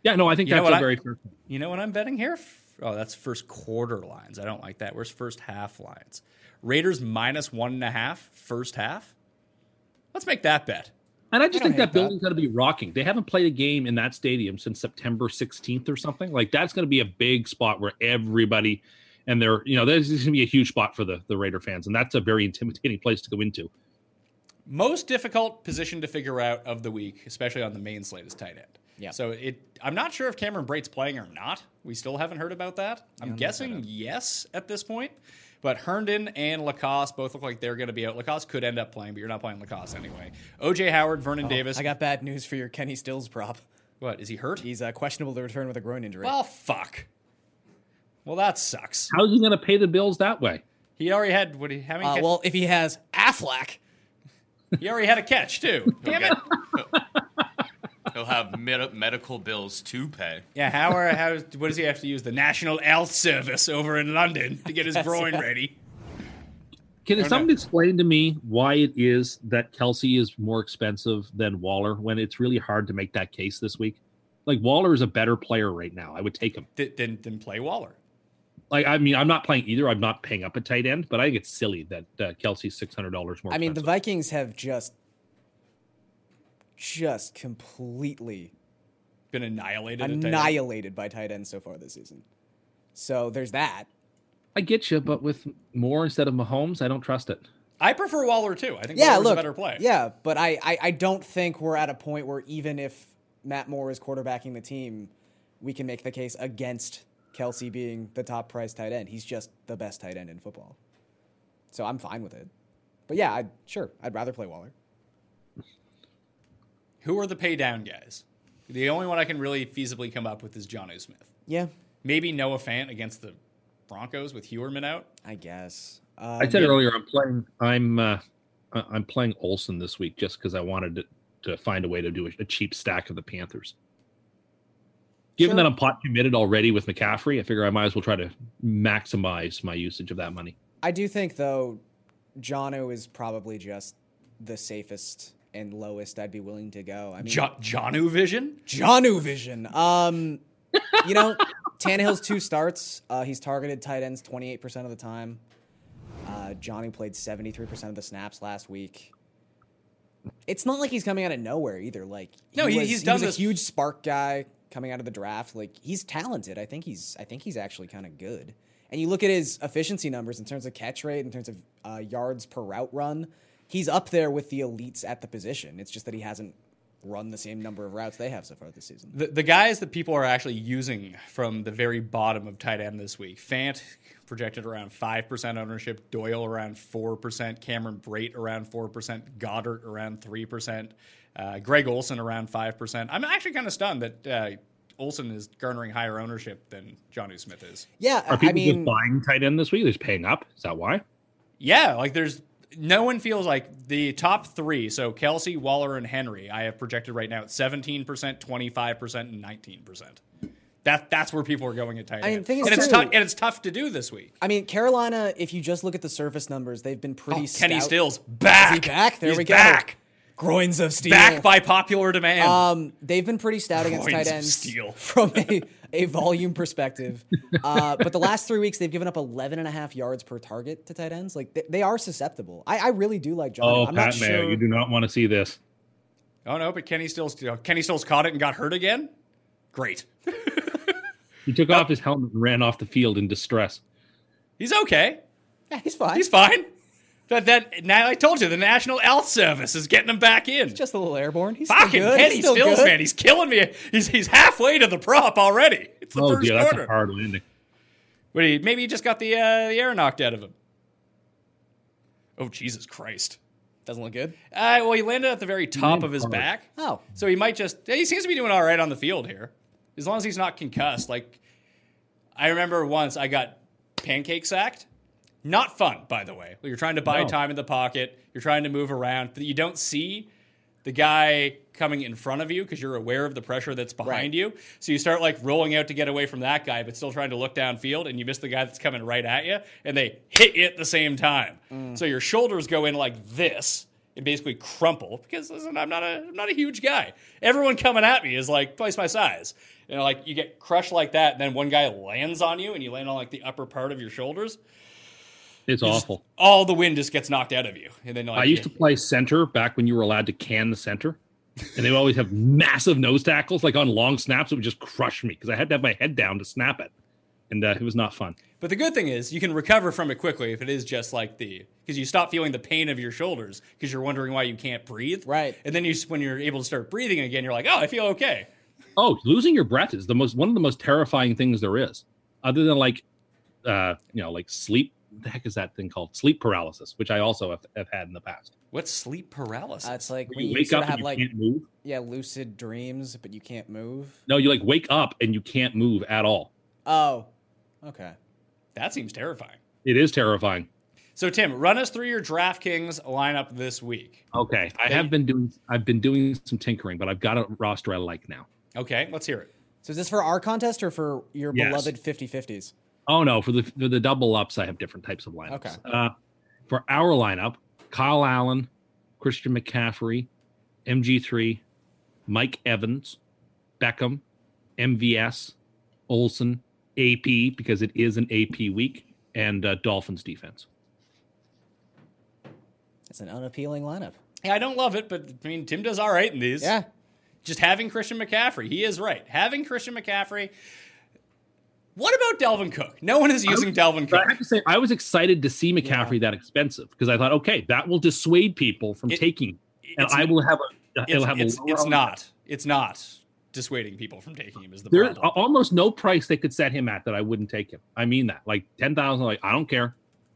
Speaker 5: Yeah, no, I think
Speaker 7: You know
Speaker 5: that's a
Speaker 7: what I-
Speaker 5: very fair. point.
Speaker 7: You know what I'm betting here? F- Oh, that's first quarter lines. I don't like that. Where's first half lines? Raiders minus one and a half first half. Let's make that bet.
Speaker 5: And I just
Speaker 3: I don't
Speaker 5: think that
Speaker 3: hate that.
Speaker 5: building's going to be rocking. They haven't played a game in that stadium since September 16th or something. Like that's going to be a big spot where everybody and they're, you know, there's going to be a huge spot for the the Raider fans, and that's a very intimidating place to go into.
Speaker 7: most difficult position to figure out of the week, especially on the main slate, is tight end.
Speaker 3: Yeah.
Speaker 7: So it, I'm not sure if Cameron Brate's playing or not. We still haven't heard about that. I'm guessing yes at this point. But Herndon and Lacoste both look like they're going to be out. Lacoste could end up playing, but you're not playing Lacoste anyway. OJ Howard, Vernon Davis.
Speaker 3: Oh, I got bad news for your Kenny Stills prop.
Speaker 7: what? Is he hurt?
Speaker 3: He's uh, questionable to return with a groin injury.
Speaker 7: Well, fuck. Well, that sucks.
Speaker 5: How's he going to pay the bills that way?
Speaker 7: He already had what? He, how many?
Speaker 3: uh,
Speaker 7: catch-
Speaker 3: well, if he has Affleck,
Speaker 7: he already had a catch too. Damn it.
Speaker 2: He'll have med- medical bills to pay.
Speaker 7: Yeah, how are how? What does he have to use the National Health Service over in London to get his groin ready?
Speaker 5: Can someone explain to me why it is that Kelsey is more expensive than Waller when it's really hard to make that case this week? Like Waller is a better player right now. I would take him.
Speaker 7: Th- Then then play Waller.
Speaker 5: Like I mean, I'm not playing either. I'm not paying up a tight end, but I think it's silly that uh, Kelsey's six hundred dollars more.
Speaker 3: I mean, the
Speaker 5: expensive.
Speaker 3: Vikings have just, just completely
Speaker 7: Been annihilated. at tight end.
Speaker 3: annihilated by tight ends so far this season. So there's that.
Speaker 5: I get you, but with Moore instead of Mahomes, I don't trust it.
Speaker 7: I prefer Waller too. I think
Speaker 3: Yeah,
Speaker 7: Waller's
Speaker 3: look,
Speaker 7: a better play.
Speaker 3: yeah, but I, I, I don't think we're at a point where even if Matt Moore is quarterbacking the team, we can make the case against Kelsey being the top price tight end. He's just the best tight end in football. So I'm fine with it. But yeah, I'd, sure, I'd rather play Waller.
Speaker 7: Who are the pay down guys? The only one I can really feasibly come up with is John Smith.
Speaker 3: Yeah,
Speaker 7: Maybe Noah Fant against the Broncos with Hewerman out.
Speaker 3: I guess. Um,
Speaker 5: I said earlier, I'm playing. I'm uh, I- I'm playing Olson this week just because I wanted to, to find a way to do a, a cheap stack of the Panthers. Given
Speaker 3: Sure.
Speaker 5: that I'm pot committed already with McCaffrey, I figure I might as well try to maximize my usage of that money.
Speaker 3: I do think though, Jono is probably just the safest and lowest I'd be willing to go. I mean,
Speaker 7: Jo- Johnu Vision.
Speaker 3: Jonu vision. Um, you know, Tannehill's two starts. Uh, he's targeted tight ends 28% of the time. Uh, Johnny played 73% of the snaps last week. It's not like he's coming out of nowhere either. Like
Speaker 7: No, he-
Speaker 3: was,
Speaker 7: he's done
Speaker 3: was
Speaker 7: this-
Speaker 3: a huge spark guy coming out of the draft. Like he's talented. I think he's I think he's actually kind of good. And you look at his efficiency numbers in terms of catch rate, in terms of uh, yards per route run. He's up there with the elites at the position. It's just that he hasn't run the same number of routes they have so far this season.
Speaker 7: The, the guys that people are actually using from the very bottom of tight end this week Fant projected around 5% ownership, Doyle around 4%, Cameron Brait around 4%, Goddard around 3%, uh, Greg Olson around 5%. I'm actually kind of stunned that uh, Olson is garnering higher ownership than Johnny Smith is.
Speaker 3: Yeah,
Speaker 5: Are
Speaker 3: I
Speaker 5: people
Speaker 3: I mean,
Speaker 5: just buying tight end this week? They're just paying up. Is that why?
Speaker 7: Yeah, like there's no one feels like the top three. So Kelsey, Waller, and Henry, I have projected right now at 17%, 25%, and 19%. That, that's where people are going at tight end.
Speaker 3: I mean, the thing is
Speaker 7: and, it's
Speaker 3: too-
Speaker 7: tough, and it's tough to do this week.
Speaker 3: I mean, Carolina. If you just look at the surface numbers, they've been pretty.
Speaker 7: Oh, Kenny
Speaker 3: stout.
Speaker 7: Stills
Speaker 3: Is
Speaker 7: back.
Speaker 3: he back? There
Speaker 7: He's
Speaker 3: we go.
Speaker 7: Back.
Speaker 3: Groins of steel.
Speaker 7: Back by popular demand.
Speaker 3: Um, they've been pretty stout against
Speaker 7: Groins
Speaker 3: tight
Speaker 7: of
Speaker 3: ends
Speaker 7: steel.
Speaker 3: from a, a volume perspective. Uh, but the last three weeks, they've given up 11 and a half yards per target to tight ends. Like they, they are susceptible. I, I really do like John.
Speaker 5: Oh,
Speaker 3: I'm not
Speaker 5: Pat
Speaker 3: sure.
Speaker 5: Mayo, you do not want to see this.
Speaker 7: oh no, but Kenny Stills Kenny Stills caught it and got hurt again. Great.
Speaker 5: He took off his helmet and ran off the field in distress.
Speaker 7: He's okay.
Speaker 3: Yeah, he's fine.
Speaker 7: He's fine. That that now I told you the National Health Service is getting him back in.
Speaker 3: just a little airborne. He's still
Speaker 7: Fucking
Speaker 3: good.
Speaker 7: Kenny
Speaker 3: he's still
Speaker 7: Stills,
Speaker 3: good.
Speaker 7: man. He's killing me. He's he's halfway to the prop already. It's the
Speaker 5: oh,
Speaker 7: first
Speaker 5: dear, that's a
Speaker 7: quarter.
Speaker 5: hard landing.
Speaker 7: But he, maybe he just got the uh, the air knocked out of him. Oh Jesus Christ!
Speaker 3: Doesn't look good.
Speaker 7: Uh, well, he landed at the very top of his
Speaker 5: hard.
Speaker 7: back.
Speaker 3: Oh.
Speaker 7: So he might just. He seems to be doing all right on the field here, as long as he's not concussed. Like, I remember once I got pancake sacked. Not fun, by the way. You're trying to buy
Speaker 5: No.
Speaker 7: time in the pocket. You're trying to move around, but you don't see the guy coming in front of you because you're aware of the pressure that's behind
Speaker 3: Right.
Speaker 7: you. So you start like rolling out to get away from that guy, but still trying to look downfield, and you miss the guy that's coming right at you, and they hit you at the same time. So your shoulders go in like this and basically crumple because listen, I'm not a I'm not a huge guy. Everyone coming at me is like twice my size. And like you get crushed like that, and then one guy lands on you, and you land on like the upper part of your shoulders.
Speaker 5: It's
Speaker 7: You just-
Speaker 5: awful.
Speaker 7: all the wind just gets knocked out of you, and then like,
Speaker 5: I used to play center back when you were allowed to can the center, and they would always have massive nose tackles. Like on long snaps, it would just crush me because I had to have my head down to snap it, and uh, it was not fun.
Speaker 7: But the good thing is you can recover from it quickly if it is just like the because you stop feeling the pain of your shoulders because you're wondering why you can't breathe.
Speaker 3: Right.
Speaker 7: And then you s- when you're able to start breathing again, you're like, oh, I feel okay.
Speaker 5: Oh, losing your breath is the most one of the most terrifying things there is, other than like, uh, you know, like sleep. What the heck is that thing called? Sleep paralysis, which I also have, have had in the past.
Speaker 7: What's sleep paralysis?
Speaker 3: Uh, it's like
Speaker 5: Where
Speaker 3: when
Speaker 5: you
Speaker 3: you
Speaker 5: wake
Speaker 3: sort of
Speaker 5: up and
Speaker 3: have
Speaker 5: you
Speaker 3: like
Speaker 5: can't move.
Speaker 3: yeah lucid dreams, but you can't move.
Speaker 5: No, you like wake up and you can't move at all.
Speaker 3: Oh, okay.
Speaker 7: that seems terrifying.
Speaker 5: It is terrifying.
Speaker 7: So Tim, run us through your DraftKings lineup this week.
Speaker 5: Okay, I
Speaker 7: Hey.
Speaker 5: have been doing. I've been doing some tinkering, but I've got a roster I like now.
Speaker 7: Okay, let's hear it.
Speaker 3: So is this for our contest or for your
Speaker 5: Yes.
Speaker 3: beloved 50-50s?
Speaker 5: Oh no, for the for the double ups, I have different types of lineups.
Speaker 3: Okay.
Speaker 5: Uh, for our lineup, Kyle Allen, Christian McCaffrey, MG3, Mike Evans, Beckham, MVS, Olson, AP because it is an AP week, and uh, Dolphins defense.
Speaker 3: It's an unappealing lineup.
Speaker 7: Yeah, I don't love it, but I mean, Tim does all right in these.
Speaker 3: Yeah.
Speaker 7: just having Christian McCaffrey. He is right. Having Christian McCaffrey. What about Delvin Cook? No one is using Delvin
Speaker 5: But I
Speaker 7: Cook.
Speaker 5: have to say, I was excited to see McCaffrey that expensive because I thought, okay, that will dissuade people from
Speaker 7: It-
Speaker 5: taking, and
Speaker 7: it's-
Speaker 5: I will have a, it'll
Speaker 7: It's,
Speaker 5: have
Speaker 7: it's,
Speaker 5: a lower
Speaker 7: it's
Speaker 5: owned-
Speaker 7: not. It's not dissuading people from taking him is the
Speaker 5: There's
Speaker 7: problem.
Speaker 5: almost no price they could set him at that I wouldn't take him. I mean that. Like 10,000, like, I don't care.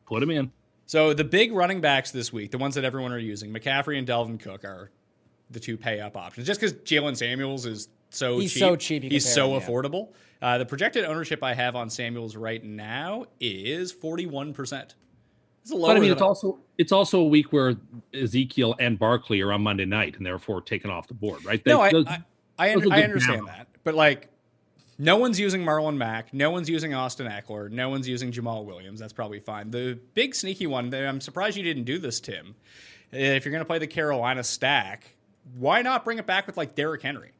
Speaker 5: Put him in.
Speaker 7: So the big running backs this week, the ones that everyone are using, McCaffrey and Delvin Cook are the two pay up options. Just because Jalen Samuels is so
Speaker 3: He's
Speaker 7: cheap,
Speaker 3: so cheap, you
Speaker 7: he's
Speaker 3: compare
Speaker 7: so
Speaker 3: him, yeah.
Speaker 7: affordable. Uh, the projected ownership I have on Samuels right now is forty one percent. It's a lower.
Speaker 5: But I mean,
Speaker 7: than
Speaker 5: it's also it's also a week where Ezekiel and Barkley are on Monday night and therefore taken off the board, right?
Speaker 7: no, I,
Speaker 5: Those-
Speaker 7: I, I,
Speaker 5: those
Speaker 7: un-
Speaker 5: will
Speaker 7: I
Speaker 5: go
Speaker 7: understand
Speaker 5: down.
Speaker 7: that. But like, no one's using Marlon Mack. No one's using Austin Eckler. No one's using Jamal Williams. That's probably fine. The big sneaky one, that I'm surprised you didn't do this, Tim. eh, If you're going to play the Carolina stack, why not bring it back with like Derrick Henry?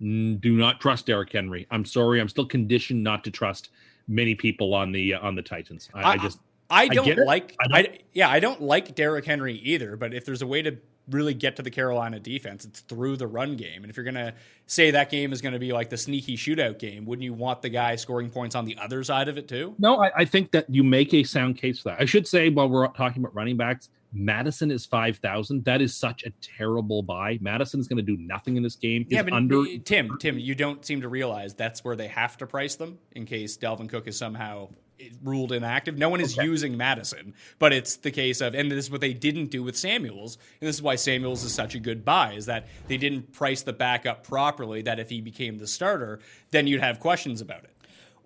Speaker 5: Mm, do not trust Derrick Henry. I'm sorry, I'm still conditioned not to trust many people on the uh, on the Titans. I, I just
Speaker 7: I
Speaker 5: get
Speaker 7: don't
Speaker 5: it.
Speaker 7: like
Speaker 5: I
Speaker 7: I
Speaker 5: don't-
Speaker 7: yeah, I don't like Derrick Henry either, but if there's a way to really get to the Carolina defense, it's through the run game. And if you're going to say that game is going to be like the sneaky shootout game, wouldn't you want the guy scoring points on the other side of it too?
Speaker 5: No, I, I think that you make a sound case for that. I should say while we're talking about running backs, Madison is five thousand. That is such a terrible buy. Madison's going to do nothing in this game. He's under.
Speaker 7: Tim, Tim, you don't seem to realize that's where they have to price them in case Dalvin Cook is somehow eh, ruled inactive. No one is using Madison, but it's the case of, and this is what they didn't do with Samuels, and this is why Samuels is such a good buy, is that they didn't price the backup properly. That if he became the starter, then you'd have questions about it.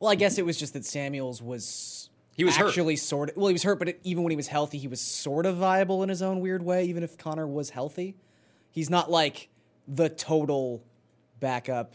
Speaker 3: Well, I guess it was just that Samuels was
Speaker 7: He was hurt.
Speaker 3: actually sort of well, he was hurt, but it, even when he was healthy, he was sort of viable in his own weird way. Even if Connor was healthy, he's not like the total backup.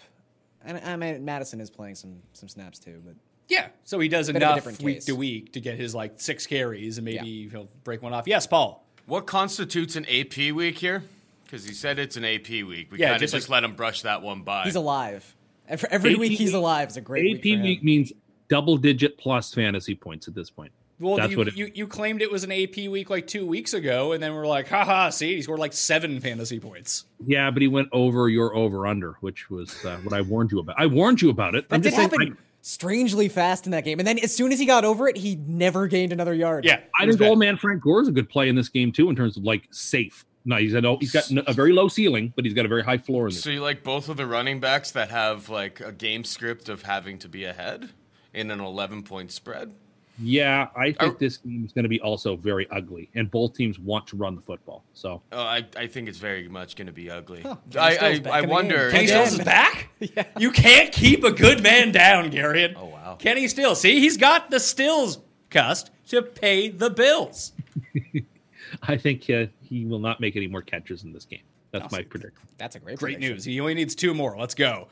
Speaker 3: And I mean, Madison is playing some some snaps too, but
Speaker 7: Yeah, so he does
Speaker 3: Bit of a
Speaker 7: enough
Speaker 3: different
Speaker 7: week
Speaker 3: case.
Speaker 7: to week to get his like six carries, and maybe he'll break one off. Yes, Paul.
Speaker 2: What constitutes an AP week here? Because he said it's an AP week. We
Speaker 7: Yeah,
Speaker 2: kind of
Speaker 7: just
Speaker 2: just,
Speaker 7: like-
Speaker 2: let him brush that one by.
Speaker 3: he's alive. Every, every week he's alive is a great
Speaker 5: AP
Speaker 3: week. for him.
Speaker 5: week means double digit plus fantasy points at this point.
Speaker 7: Well,
Speaker 5: That's
Speaker 7: you,
Speaker 5: what it-
Speaker 7: you you claimed it was an AP week like two weeks ago, and then we're like, haha, see, he scored like seven fantasy points.
Speaker 5: Yeah, but he went over your over under, which was uh, what I warned you about. I warned you about it.
Speaker 3: That
Speaker 5: I'm
Speaker 3: did
Speaker 5: just
Speaker 3: happen
Speaker 5: saying. I-
Speaker 3: strangely fast in that game, and then as soon as he got over it, he never gained another yard.
Speaker 7: Yeah,
Speaker 5: I
Speaker 7: it was
Speaker 5: think
Speaker 7: bad.
Speaker 5: old man Frank Gore is a good play in this game too, in terms of like safe. No, he's got no, he's got n- a very low ceiling, but he's got a very high floor in this.
Speaker 2: So you like both of the running backs that have like a game script of having to be ahead in an 11 point spread?
Speaker 5: Yeah, I
Speaker 3: Oh.
Speaker 5: think
Speaker 2: Are-
Speaker 5: this game is going to be also very ugly, and both teams want to run the football. So
Speaker 2: Oh, I, I think it's very much going to be ugly.
Speaker 3: Kenny
Speaker 2: I,
Speaker 3: Stills
Speaker 2: I,
Speaker 3: back
Speaker 2: I
Speaker 3: in the
Speaker 2: wonder.
Speaker 3: game.
Speaker 7: Kenny
Speaker 3: Again.
Speaker 7: Stills is back. You can't keep a good man down, Garriott. Oh
Speaker 2: wow.
Speaker 7: Kenny Stills. See, he's got the Stills cussed to pay the bills.
Speaker 5: I think uh, he will not make any more catches in this game. That's my prediction.
Speaker 3: that's a great
Speaker 7: Great
Speaker 3: prediction.
Speaker 7: news. He only needs two more. Let's go.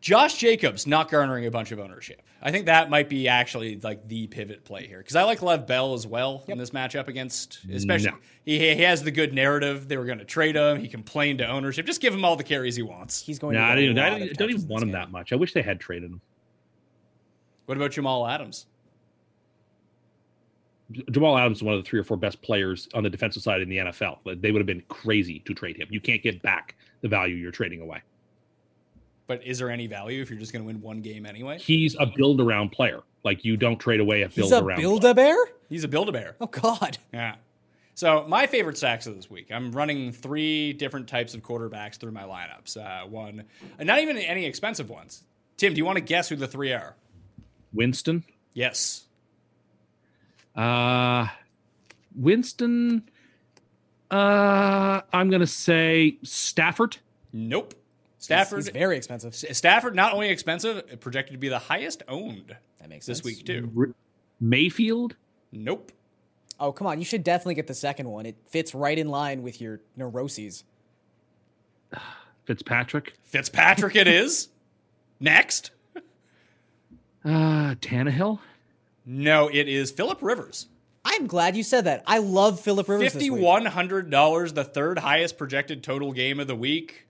Speaker 7: Josh Jacobs not garnering a bunch of ownership. I think that might be actually like the pivot play here because I like Lev Bell as well in this matchup against, especially
Speaker 5: No.
Speaker 7: he, he has the good narrative. They were going to trade him. He complained to ownership. Just give him all the carries he wants.
Speaker 3: He's going.
Speaker 5: No,
Speaker 3: to
Speaker 5: I
Speaker 3: get a
Speaker 5: don't, I
Speaker 3: lot
Speaker 5: don't-
Speaker 3: of
Speaker 5: I don't
Speaker 3: touches
Speaker 5: even
Speaker 3: in
Speaker 5: want
Speaker 3: this
Speaker 5: him
Speaker 3: game.
Speaker 5: that much. I wish they had traded him.
Speaker 7: What about Jamal Adams?
Speaker 5: J- Jamal Adams is one of the three or four best players on the defensive side in the NFL. Like, They would have been crazy to trade him. You can't get back the value you're trading away.
Speaker 7: But is there any value if you're just going to win one game anyway?
Speaker 5: He's a build around player. Like you don't trade away a
Speaker 3: He's
Speaker 5: build
Speaker 3: a
Speaker 5: around.
Speaker 3: build a bear.
Speaker 7: He's a build a bear.
Speaker 3: Oh God.
Speaker 7: Yeah. So my favorite stacks of this week, I'm running three different types of quarterbacks through my lineups. Uh, one, and not even any expensive ones. Tim, do you want to guess who the three are?
Speaker 5: Winston.
Speaker 7: Yes.
Speaker 5: Uh Winston. Uh I'm gonna say Stafford.
Speaker 7: Nope.
Speaker 3: He's-
Speaker 7: Stafford.
Speaker 3: He's very expensive.
Speaker 7: S- Stafford not only expensive, uh, projected to be the highest owned
Speaker 3: That makes sense.
Speaker 7: this week too.
Speaker 5: R- Mayfield.
Speaker 7: Nope.
Speaker 3: Oh come on, you should definitely get the second one. It fits right in line with your neuroses.
Speaker 5: Fitzpatrick.
Speaker 7: Fitzpatrick, it is. Next.
Speaker 5: Uh Tannehill.
Speaker 7: No, it is Philip Rivers.
Speaker 3: I'm glad you said that. I love Philip Rivers. this week.
Speaker 7: Fifty-one hundred dollars, the third highest projected total game of the week.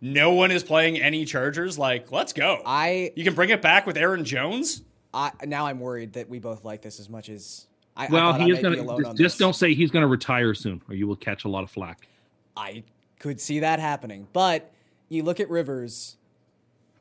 Speaker 7: No one is playing any Chargers. Like, let's go.
Speaker 3: I,
Speaker 7: you can bring it back with Aaron Jones.
Speaker 3: I now I'm worried that we both like this as much as I. I
Speaker 5: Well,
Speaker 3: thought
Speaker 5: he
Speaker 3: I
Speaker 5: is
Speaker 3: might be
Speaker 5: gonna
Speaker 3: alone
Speaker 5: just,
Speaker 3: on
Speaker 5: just
Speaker 3: this.
Speaker 5: don't say he's gonna retire soon, or you will catch a lot of flack.
Speaker 3: I could see that happening. But you look at Rivers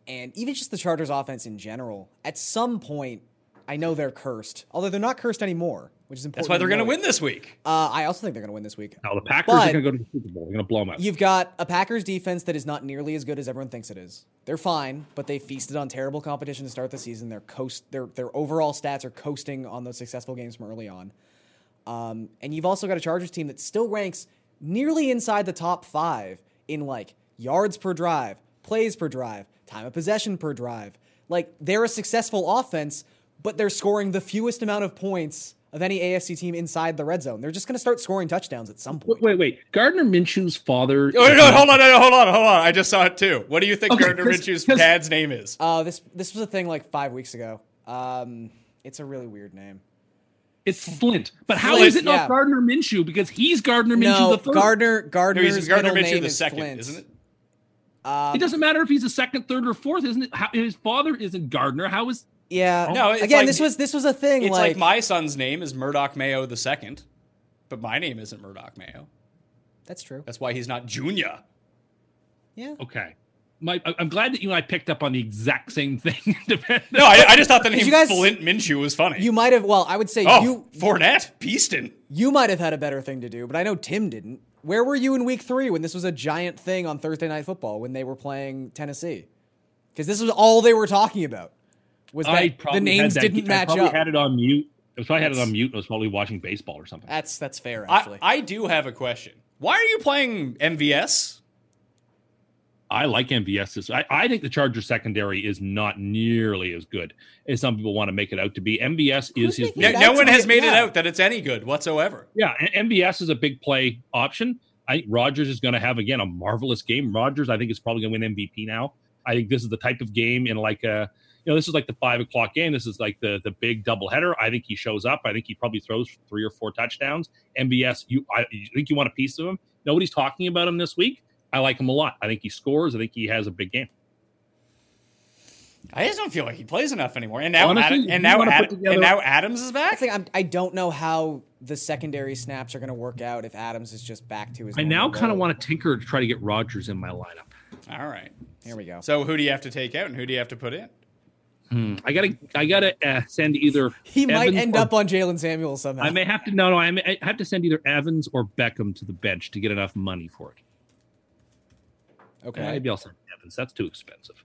Speaker 3: and even just the Chargers offense in general, at some point, I know they're cursed. Although they're not cursed anymore, which is important.
Speaker 7: That's why they're going to
Speaker 3: note.
Speaker 7: win this week.
Speaker 3: Uh, I also think they're going to win this week.
Speaker 5: Now the Packers
Speaker 3: But-
Speaker 5: are gonna go to the Super Bowl. They're gonna blow him out.
Speaker 3: You've got a Packers defense that is not nearly as good as everyone thinks it is. They're fine, but they feasted on terrible competition to start the season. Their coast, their their overall stats are coasting on those successful games from early on. Um, and you've also got a Chargers team that still ranks nearly inside the top five in like yards per drive, plays per drive, time of possession per drive. Like they're a successful offense, but they're scoring the fewest amount of points of any AFC team inside the red zone. They're just going to start scoring touchdowns at some point.
Speaker 5: Wait, wait, wait. Gardner Minshew's father.
Speaker 7: Oh, no, no, hold on, no, no, hold on, hold on. I just saw it too. What do you think
Speaker 5: Okay,
Speaker 7: Gardner
Speaker 5: Chris-
Speaker 7: Minshew's
Speaker 5: Chris-
Speaker 7: dad's name is?
Speaker 3: Oh, this this was a thing like five weeks ago. Um, it's a really weird name.
Speaker 5: It's Flint.
Speaker 3: Uh,
Speaker 5: But how is
Speaker 7: Flint,
Speaker 5: it not
Speaker 3: yeah.
Speaker 5: Gardner Minshew? Because he's Gardner Minshew
Speaker 3: No,
Speaker 5: the third.
Speaker 3: Gardner
Speaker 7: No,
Speaker 3: Gardner's
Speaker 7: he's Gardner
Speaker 3: middle
Speaker 7: Minshew
Speaker 3: name
Speaker 7: the
Speaker 3: is
Speaker 7: second,
Speaker 3: Flint. Um,
Speaker 7: isn't it?
Speaker 5: it doesn't matter if he's a second, third, or fourth, isn't it? How, his father isn't Gardner. How is
Speaker 3: Yeah.
Speaker 7: No, it's
Speaker 3: Again,
Speaker 7: like-
Speaker 3: this was this was a thing.
Speaker 7: It's like,
Speaker 3: like,
Speaker 7: my son's name is Murdoch Mayo the second, but my name isn't Murdoch Mayo.
Speaker 3: That's true.
Speaker 7: That's why he's not Junior.
Speaker 3: Yeah.
Speaker 5: Okay. My, I- I'm glad that you and I picked up on the exact same thing.
Speaker 7: No, I, I just thought the name
Speaker 3: you guys-
Speaker 7: Flint Minshew was funny.
Speaker 3: You might have. Well, I would say
Speaker 7: oh,
Speaker 3: you
Speaker 7: Fournette, Peaston.
Speaker 3: you might have had a better thing to do, but I know Tim didn't. Where were you in Week Three when this was a giant thing on Thursday Night Football when they were playing Tennessee? Because this was all they were talking about. Was
Speaker 5: I
Speaker 3: that
Speaker 5: probably
Speaker 3: the names
Speaker 5: had that-
Speaker 3: didn't
Speaker 5: I
Speaker 3: match
Speaker 5: probably
Speaker 3: up?
Speaker 5: had it on mute. That's why I had it
Speaker 3: That's-
Speaker 5: on mute. and I was probably watching baseball or something.
Speaker 3: That's that's fair
Speaker 7: I,
Speaker 3: actually.
Speaker 7: I do have a question. Why are you playing MVS?
Speaker 5: I like MVS. This I, I think the Charger secondary is not nearly as good as some people want to make it out to be. MVS is
Speaker 3: Who's
Speaker 5: his.
Speaker 3: making
Speaker 7: No,
Speaker 3: Yeah,
Speaker 7: no
Speaker 3: that's
Speaker 7: one has
Speaker 3: it,
Speaker 7: made it
Speaker 3: yeah.
Speaker 7: out that it's any good whatsoever.
Speaker 5: Yeah, and- MVS is a big play option. I think Rodgers is going to have again a marvelous game. Rodgers, I think, is probably going to win MVP now. I think this is the type of game in like a, you know, this is like the five o'clock game. This is like the the big doubleheader. I think he shows up. I think he probably throws three or four touchdowns. MBS, you, I you think you want a piece of him? Nobody's talking about him this week. I like him a lot. I think he scores. I think he has a big game.
Speaker 7: I just don't feel like he plays enough anymore. And now,
Speaker 5: Honestly,
Speaker 7: Adam-
Speaker 5: if you
Speaker 7: and now,
Speaker 5: wanna put
Speaker 7: Adam,
Speaker 5: together-
Speaker 7: and now Adams is
Speaker 3: That's
Speaker 7: back.
Speaker 3: the thing, I'm, I don't know how the secondary snaps are going to work out if Adams is just back to his.
Speaker 5: I now
Speaker 3: normal
Speaker 5: kind of
Speaker 3: role.
Speaker 5: want to tinker to try to get Rodgers in my lineup.
Speaker 7: All right.
Speaker 3: Here we go.
Speaker 7: So who do you have to take out and who do you have to put in?
Speaker 5: I gotta, I gotta uh, send either
Speaker 3: he might
Speaker 5: Evans
Speaker 3: end
Speaker 5: or
Speaker 3: up on Jalen Samuel somehow.
Speaker 5: I may have to no no I, may, I have to send either Evans or Beckham to the bench to get enough money for it.
Speaker 7: Uh,
Speaker 3: okay.
Speaker 5: Maybe I'll send Evans. That's too expensive.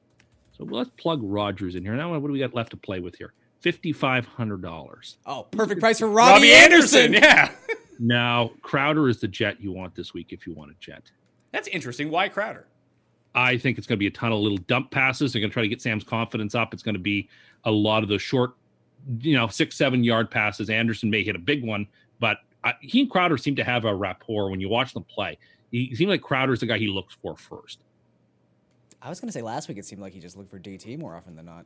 Speaker 5: So let's plug Rogers in here. Now what do we got left to play with here? Fifty five hundred dollars.
Speaker 3: Oh, perfect price for
Speaker 7: Robbie,
Speaker 3: Robbie,
Speaker 7: Anderson. Yeah.
Speaker 5: Now Crowder is the jet you want this week if you want a jet.
Speaker 7: That's interesting. Why Crowder?
Speaker 5: I think it's going to be a ton of little dump passes. They're going to try to get Sam's confidence up. It's going to be a lot of those short, you know, six, seven yard passes. Anderson may hit a big one, but I, he and Crowder seem to have a rapport when you watch them play. He seems like Crowder's the guy he looks for first.
Speaker 3: I was going to say last week it seemed like he just looked for DT more often than not.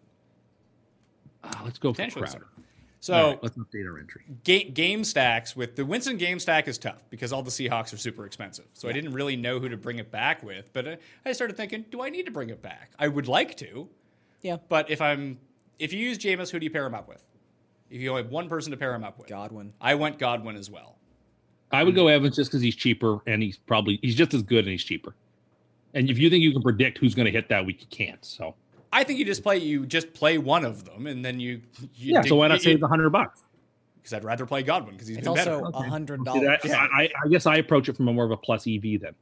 Speaker 5: Uh, let's go for
Speaker 7: Potentially so.
Speaker 5: Crowder. All
Speaker 7: So
Speaker 5: right, let's update our entry.
Speaker 7: game, game stacks with the Winston game stack is tough because all the Seahawks are super expensive. So I didn't really know who to bring it back with, but uh, I started thinking, do I need to bring it back? I would like to,
Speaker 3: Yeah.
Speaker 7: but if I'm if you use Jameis, who do you pair him up with? If you only have one person to pair him up with,
Speaker 3: Godwin.
Speaker 7: I went Godwin as well.
Speaker 5: I would go Evans just because he's cheaper and he's probably he's just as good and he's cheaper. And if you think you can predict who's going to hit that week, you can't. So
Speaker 7: I think you just play you just play one of them, and then you, you
Speaker 5: yeah, so why not save the hundred bucks?
Speaker 7: Because I'd rather play Godwin because he's
Speaker 3: It's
Speaker 7: been
Speaker 3: also
Speaker 7: better.
Speaker 3: a hundred
Speaker 5: See,
Speaker 3: dollars.
Speaker 5: that- I, I guess I approach it from a more of a plus EV then,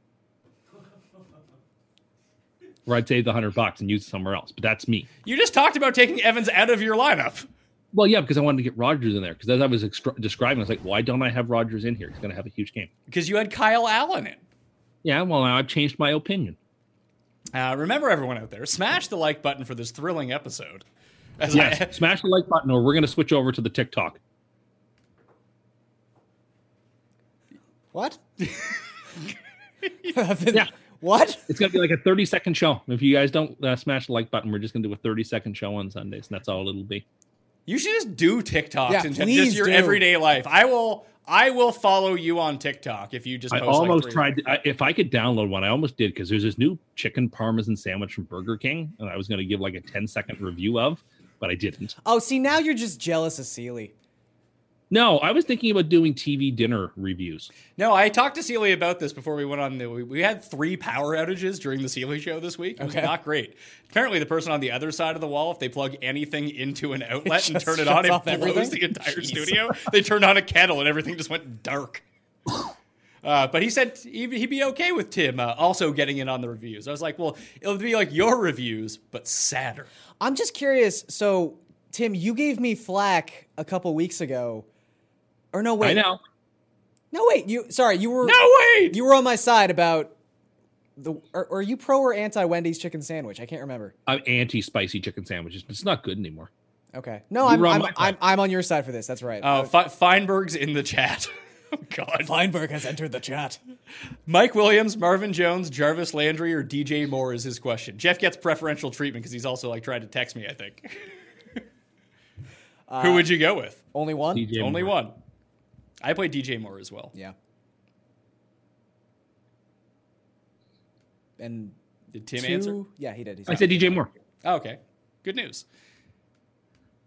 Speaker 5: where I'd save the hundred bucks and use it somewhere else. But that's me.
Speaker 7: You just talked about taking Evans out of your lineup.
Speaker 5: Well, yeah, because I wanted to get Rogers in there. Because as I was extra- describing, I was like, why don't I have Rogers in here? He's going to have a huge game.
Speaker 7: because you had Kyle Allen in.
Speaker 5: Yeah, well now I've changed my opinion.
Speaker 7: Uh, remember, everyone out there, smash the like button for this thrilling episode. As I-
Speaker 5: Yes, smash the like button, or we're going to switch over to the TikTok.
Speaker 3: What? What?
Speaker 5: It's gonna be like a 30 second show. If you guys don't uh, smash the like button, we're just gonna do a 30 second show on Sundays, and that's all it'll be.
Speaker 7: you should just do TikToks
Speaker 3: Yeah,
Speaker 7: and just
Speaker 3: please
Speaker 7: your
Speaker 3: do.
Speaker 7: everyday life. I will. I will follow you on TikTok if you just.
Speaker 5: I
Speaker 7: Post
Speaker 5: almost
Speaker 7: like three-
Speaker 5: tried. To, I, if I could download one, I almost did because there's this new chicken parmesan sandwich from Burger King, and I was gonna give like a 10 second review of, but I didn't.
Speaker 3: Oh, see now you're just jealous of Sealy.
Speaker 5: No, I was thinking about doing TV dinner reviews.
Speaker 7: No, I talked to Sealy about this before we went on. The, we, we had three power outages during the Sealy show this week. It was
Speaker 3: Okay.
Speaker 7: not great. Apparently, the person on the other side of the wall, if they plug anything into an outlet and
Speaker 3: just
Speaker 7: turn it
Speaker 3: shuts
Speaker 7: on, it
Speaker 3: off
Speaker 7: blows
Speaker 3: everything?
Speaker 7: the entire
Speaker 3: Jeez.
Speaker 7: studio. They turned on a kettle and everything just went dark. Uh, but he said he'd, he'd be okay with Tim uh, also getting in on the reviews. I was like, well, it'll be like your reviews, but sadder.
Speaker 3: I'm just curious. So, Tim, you gave me flack a couple weeks ago. Or no, wait.
Speaker 5: I know.
Speaker 3: No, wait. You sorry. You were
Speaker 7: No way!
Speaker 3: You were on my side about the. Are, are you pro or anti Wendy's chicken sandwich? I can't remember.
Speaker 5: I'm anti spicy chicken sandwiches. It's not good anymore.
Speaker 3: Okay. No,
Speaker 5: You
Speaker 3: I'm
Speaker 5: were on
Speaker 3: I'm,
Speaker 5: my
Speaker 3: I'm,
Speaker 5: side.
Speaker 3: I'm on your side for this. That's right.
Speaker 7: Uh, Fe- Feinberg's in the chat. oh, God.
Speaker 3: Feinberg has entered the chat.
Speaker 7: Mike Williams, Marvin Jones, Jarvis Landry, or DJ Moore is his question. Jeff gets preferential treatment because he's also like trying to text me. I think.
Speaker 3: Uh,
Speaker 7: Who would you go with?
Speaker 3: Only one.
Speaker 5: DJ
Speaker 7: Only
Speaker 5: Moore.
Speaker 7: one. I play DJ Moore as well.
Speaker 3: Yeah. And
Speaker 7: Did Tim
Speaker 3: two.
Speaker 7: answer?
Speaker 3: Yeah, he did. He
Speaker 5: I said DJ Moore.
Speaker 7: Oh, okay, good news.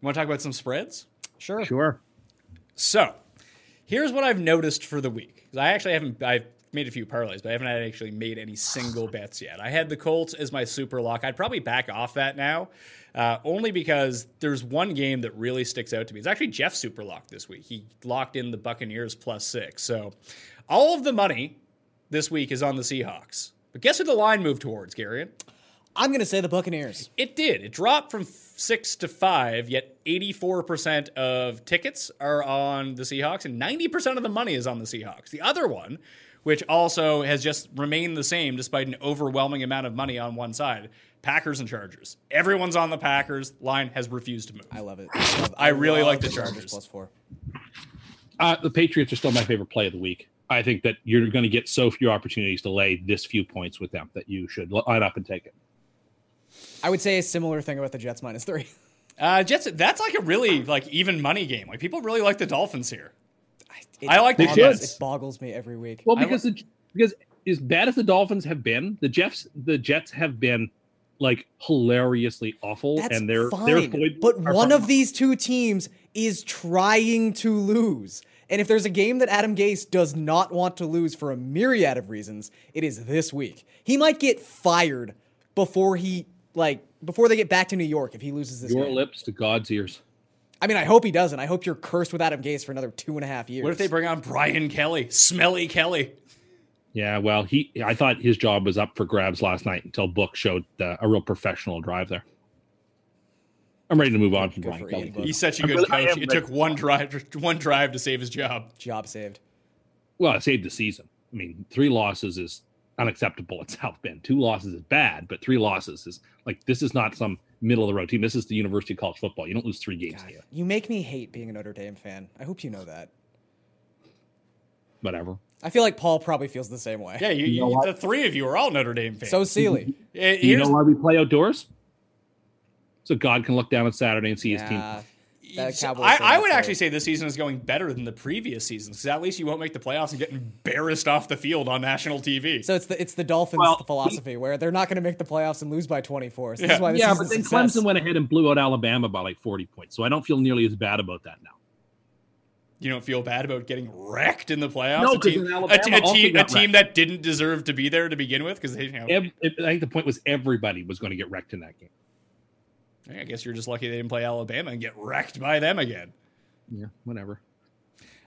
Speaker 7: You want to talk about some spreads?
Speaker 3: sure.
Speaker 5: Sure.
Speaker 7: So, here's what I've noticed for the week. 'Cause I actually haven't. I've made a few parlays, but I haven't actually made any single bets yet. I had the Colts as my super lock. I'd probably back off that now, uh, only because there's one game that really sticks out to me. It's actually Jeff's super lock this week. He locked in the Buccaneers plus six. So all of the money this week is on the Seahawks. But guess who the line moved towards, Gary?
Speaker 3: I'm going to say the Buccaneers.
Speaker 7: It did. It dropped from f- six to five, yet 84% of tickets are on the Seahawks, and 90% of the money is on the Seahawks. The other one, which also has just remained the same despite an overwhelming amount of money on one side, Packers and Chargers. Everyone's on the Packers. Line has refused to move.
Speaker 3: I love it.
Speaker 7: I really
Speaker 3: love
Speaker 7: like the Chargers.
Speaker 3: Plus four.
Speaker 5: Uh, the Patriots are still my favorite play of the week. I think that you're going to get so few opportunities to lay this few points with them that you should line up and take it.
Speaker 3: I would say a similar thing about the Jets minus three.
Speaker 7: Uh, Jets, that's like a really like even money game. Like people really like the Dolphins here. I like the
Speaker 3: boggles,
Speaker 7: Jets.
Speaker 3: It boggles me every week.
Speaker 5: Well, because the, because as bad as the Dolphins have been, the Jets the Jets have been like hilariously awful,
Speaker 3: That's
Speaker 5: and they're
Speaker 3: fine.
Speaker 5: they're poised-
Speaker 3: but
Speaker 5: are
Speaker 3: one
Speaker 5: fine.
Speaker 3: of these two teams is trying to lose. And if there's a game that Adam Gase does not want to lose for a myriad of reasons, it is this week. He might get fired before he like before they get back to New York if he loses this
Speaker 5: your
Speaker 3: game.
Speaker 5: lips to God's ears.
Speaker 3: I mean, I hope he doesn't. I hope you're cursed with Adam Gase for another two and a half years.
Speaker 7: What if they bring on Brian Kelly, Smelly Kelly?
Speaker 5: Yeah, well, he I thought his job was up for grabs last night until Book showed uh, a real professional drive there. I'm ready to move on from
Speaker 3: Good
Speaker 5: Brian
Speaker 3: for
Speaker 5: Kelly.
Speaker 3: Ian Book.
Speaker 7: He's such a
Speaker 5: I'm
Speaker 7: good
Speaker 5: really- I
Speaker 7: coach.
Speaker 5: am
Speaker 7: It
Speaker 5: ready.
Speaker 7: took one drive, one drive to save his job.
Speaker 3: job saved?
Speaker 5: Well, it saved the season. I mean, three losses is unacceptable at South Bend. Two losses is bad, but three losses is like this is not some middle of the road team. This is the University of College Football. You don't lose three games here.
Speaker 3: You make me hate being a Notre Dame fan. I hope you know that.
Speaker 5: Whatever.
Speaker 3: I feel like Paul probably feels the same way.
Speaker 7: Yeah, you,
Speaker 5: know
Speaker 7: you,
Speaker 5: what?
Speaker 7: the three of you are all Notre Dame fans.
Speaker 3: So Sealy.
Speaker 7: Eh,
Speaker 5: Do you
Speaker 7: here's-
Speaker 5: know why we play outdoors? So God can look down on Saturday and see his team.
Speaker 3: Yeah. That
Speaker 7: so
Speaker 3: Cowboys
Speaker 7: I,
Speaker 3: thing
Speaker 7: I
Speaker 3: is
Speaker 7: would
Speaker 3: so-
Speaker 7: actually say this season is going better than the previous seasons because at least you won't make the playoffs and get embarrassed off the field on national TV.
Speaker 3: So it's the it's the Dolphins
Speaker 5: Well,
Speaker 3: philosophy where they're not going to make the playoffs and lose by 24. So This is why this
Speaker 5: Yeah,
Speaker 3: is
Speaker 5: but
Speaker 3: a
Speaker 5: then
Speaker 3: success.
Speaker 5: Clemson went ahead and blew out Alabama by like 40 points. So I don't feel nearly as bad about that now.
Speaker 7: you don't feel bad about getting wrecked in the playoffs.
Speaker 5: No,
Speaker 7: a
Speaker 5: 'cause
Speaker 7: team,
Speaker 5: then
Speaker 7: a, te- a
Speaker 5: Alabama also
Speaker 7: team, a
Speaker 5: got
Speaker 7: team that didn't deserve to be there to begin with because you know,
Speaker 5: Ev- I think the point was everybody was going to get wrecked in that game.
Speaker 7: I guess you're just lucky they didn't play Alabama and get wrecked by them again.
Speaker 5: Yeah, whatever.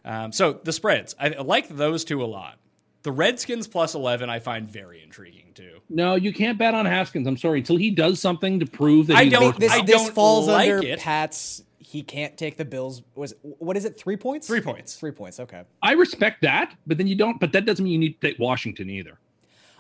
Speaker 7: Um, so the spreads, I I like those two a lot. The Redskins plus eleven, I find very intriguing too.
Speaker 5: No, you can't bet on Haskins. I'm sorry. Until he does something to prove that
Speaker 7: I
Speaker 5: he's
Speaker 7: don't-
Speaker 5: worth it.
Speaker 3: This,
Speaker 7: I
Speaker 3: this
Speaker 7: don't
Speaker 3: falls
Speaker 7: like
Speaker 3: under
Speaker 7: it.
Speaker 3: Pat's. He can't take the Bills. Was what is it? Three points?
Speaker 7: Three points.
Speaker 3: Three points. Okay.
Speaker 5: I respect that, but then you don't. But that doesn't mean you need to take Washington either.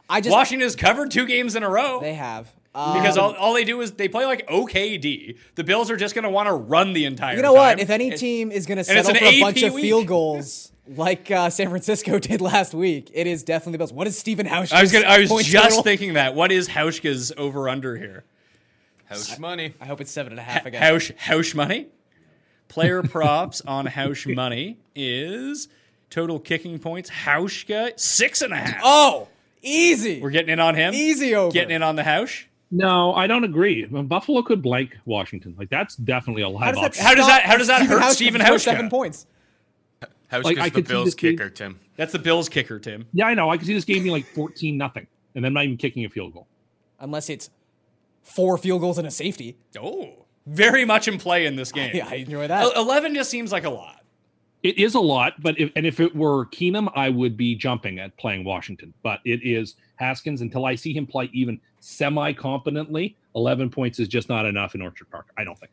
Speaker 3: I just
Speaker 7: Washington's covered two games in a row.
Speaker 3: they have um,
Speaker 7: Because all, all they do is they play like OKD. The Bills are just going to want to run the entire.
Speaker 3: you know what?
Speaker 7: time.
Speaker 3: If any
Speaker 7: And-
Speaker 3: team is going to
Speaker 7: it's
Speaker 3: settle
Speaker 7: an
Speaker 3: for a
Speaker 7: AP
Speaker 3: bunch of
Speaker 7: week.
Speaker 3: field goals like uh, San Francisco did last week, it is definitely the Bills. What is Stephen House?
Speaker 7: I was gonna, I was just thinking that. What is Hauschka's over under here?
Speaker 2: House money.
Speaker 3: I hope it's seven and a half again.
Speaker 7: Hausch Hausch money. Player props on Hausch money is total kicking points. Hauschka six and a half.
Speaker 3: oh, easy.
Speaker 7: we're getting in on him.
Speaker 3: Easy over.
Speaker 7: Getting in on the Hausch.
Speaker 5: No, I don't agree. Buffalo could blank Washington. Like that's definitely a live option.
Speaker 7: How does
Speaker 3: stop
Speaker 7: that- how does that
Speaker 3: Stephen
Speaker 7: hurt
Speaker 3: Hauschka from scoring
Speaker 7: Stephen Hauschka?
Speaker 3: Seven points.
Speaker 2: House
Speaker 5: Like,
Speaker 2: like,
Speaker 5: I
Speaker 2: the
Speaker 5: could see
Speaker 2: Bills
Speaker 5: this being-
Speaker 2: kicker, Tim.
Speaker 7: That's the Bills kicker, Tim.
Speaker 5: yeah, I know. I could see this game being like 14 nothing, and then not even kicking a field goal.
Speaker 3: unless it's four field goals and a safety.
Speaker 7: Oh, very much in play in this game.
Speaker 3: Yeah, I enjoy that.
Speaker 7: El- Eleven just seems like a lot.
Speaker 5: It is a lot, but if, and if it were Keenum, I would be jumping at playing Washington. But it is Haskins until I see him play even semi competently. 11 points is just not enough in Orchard Park. I don't think.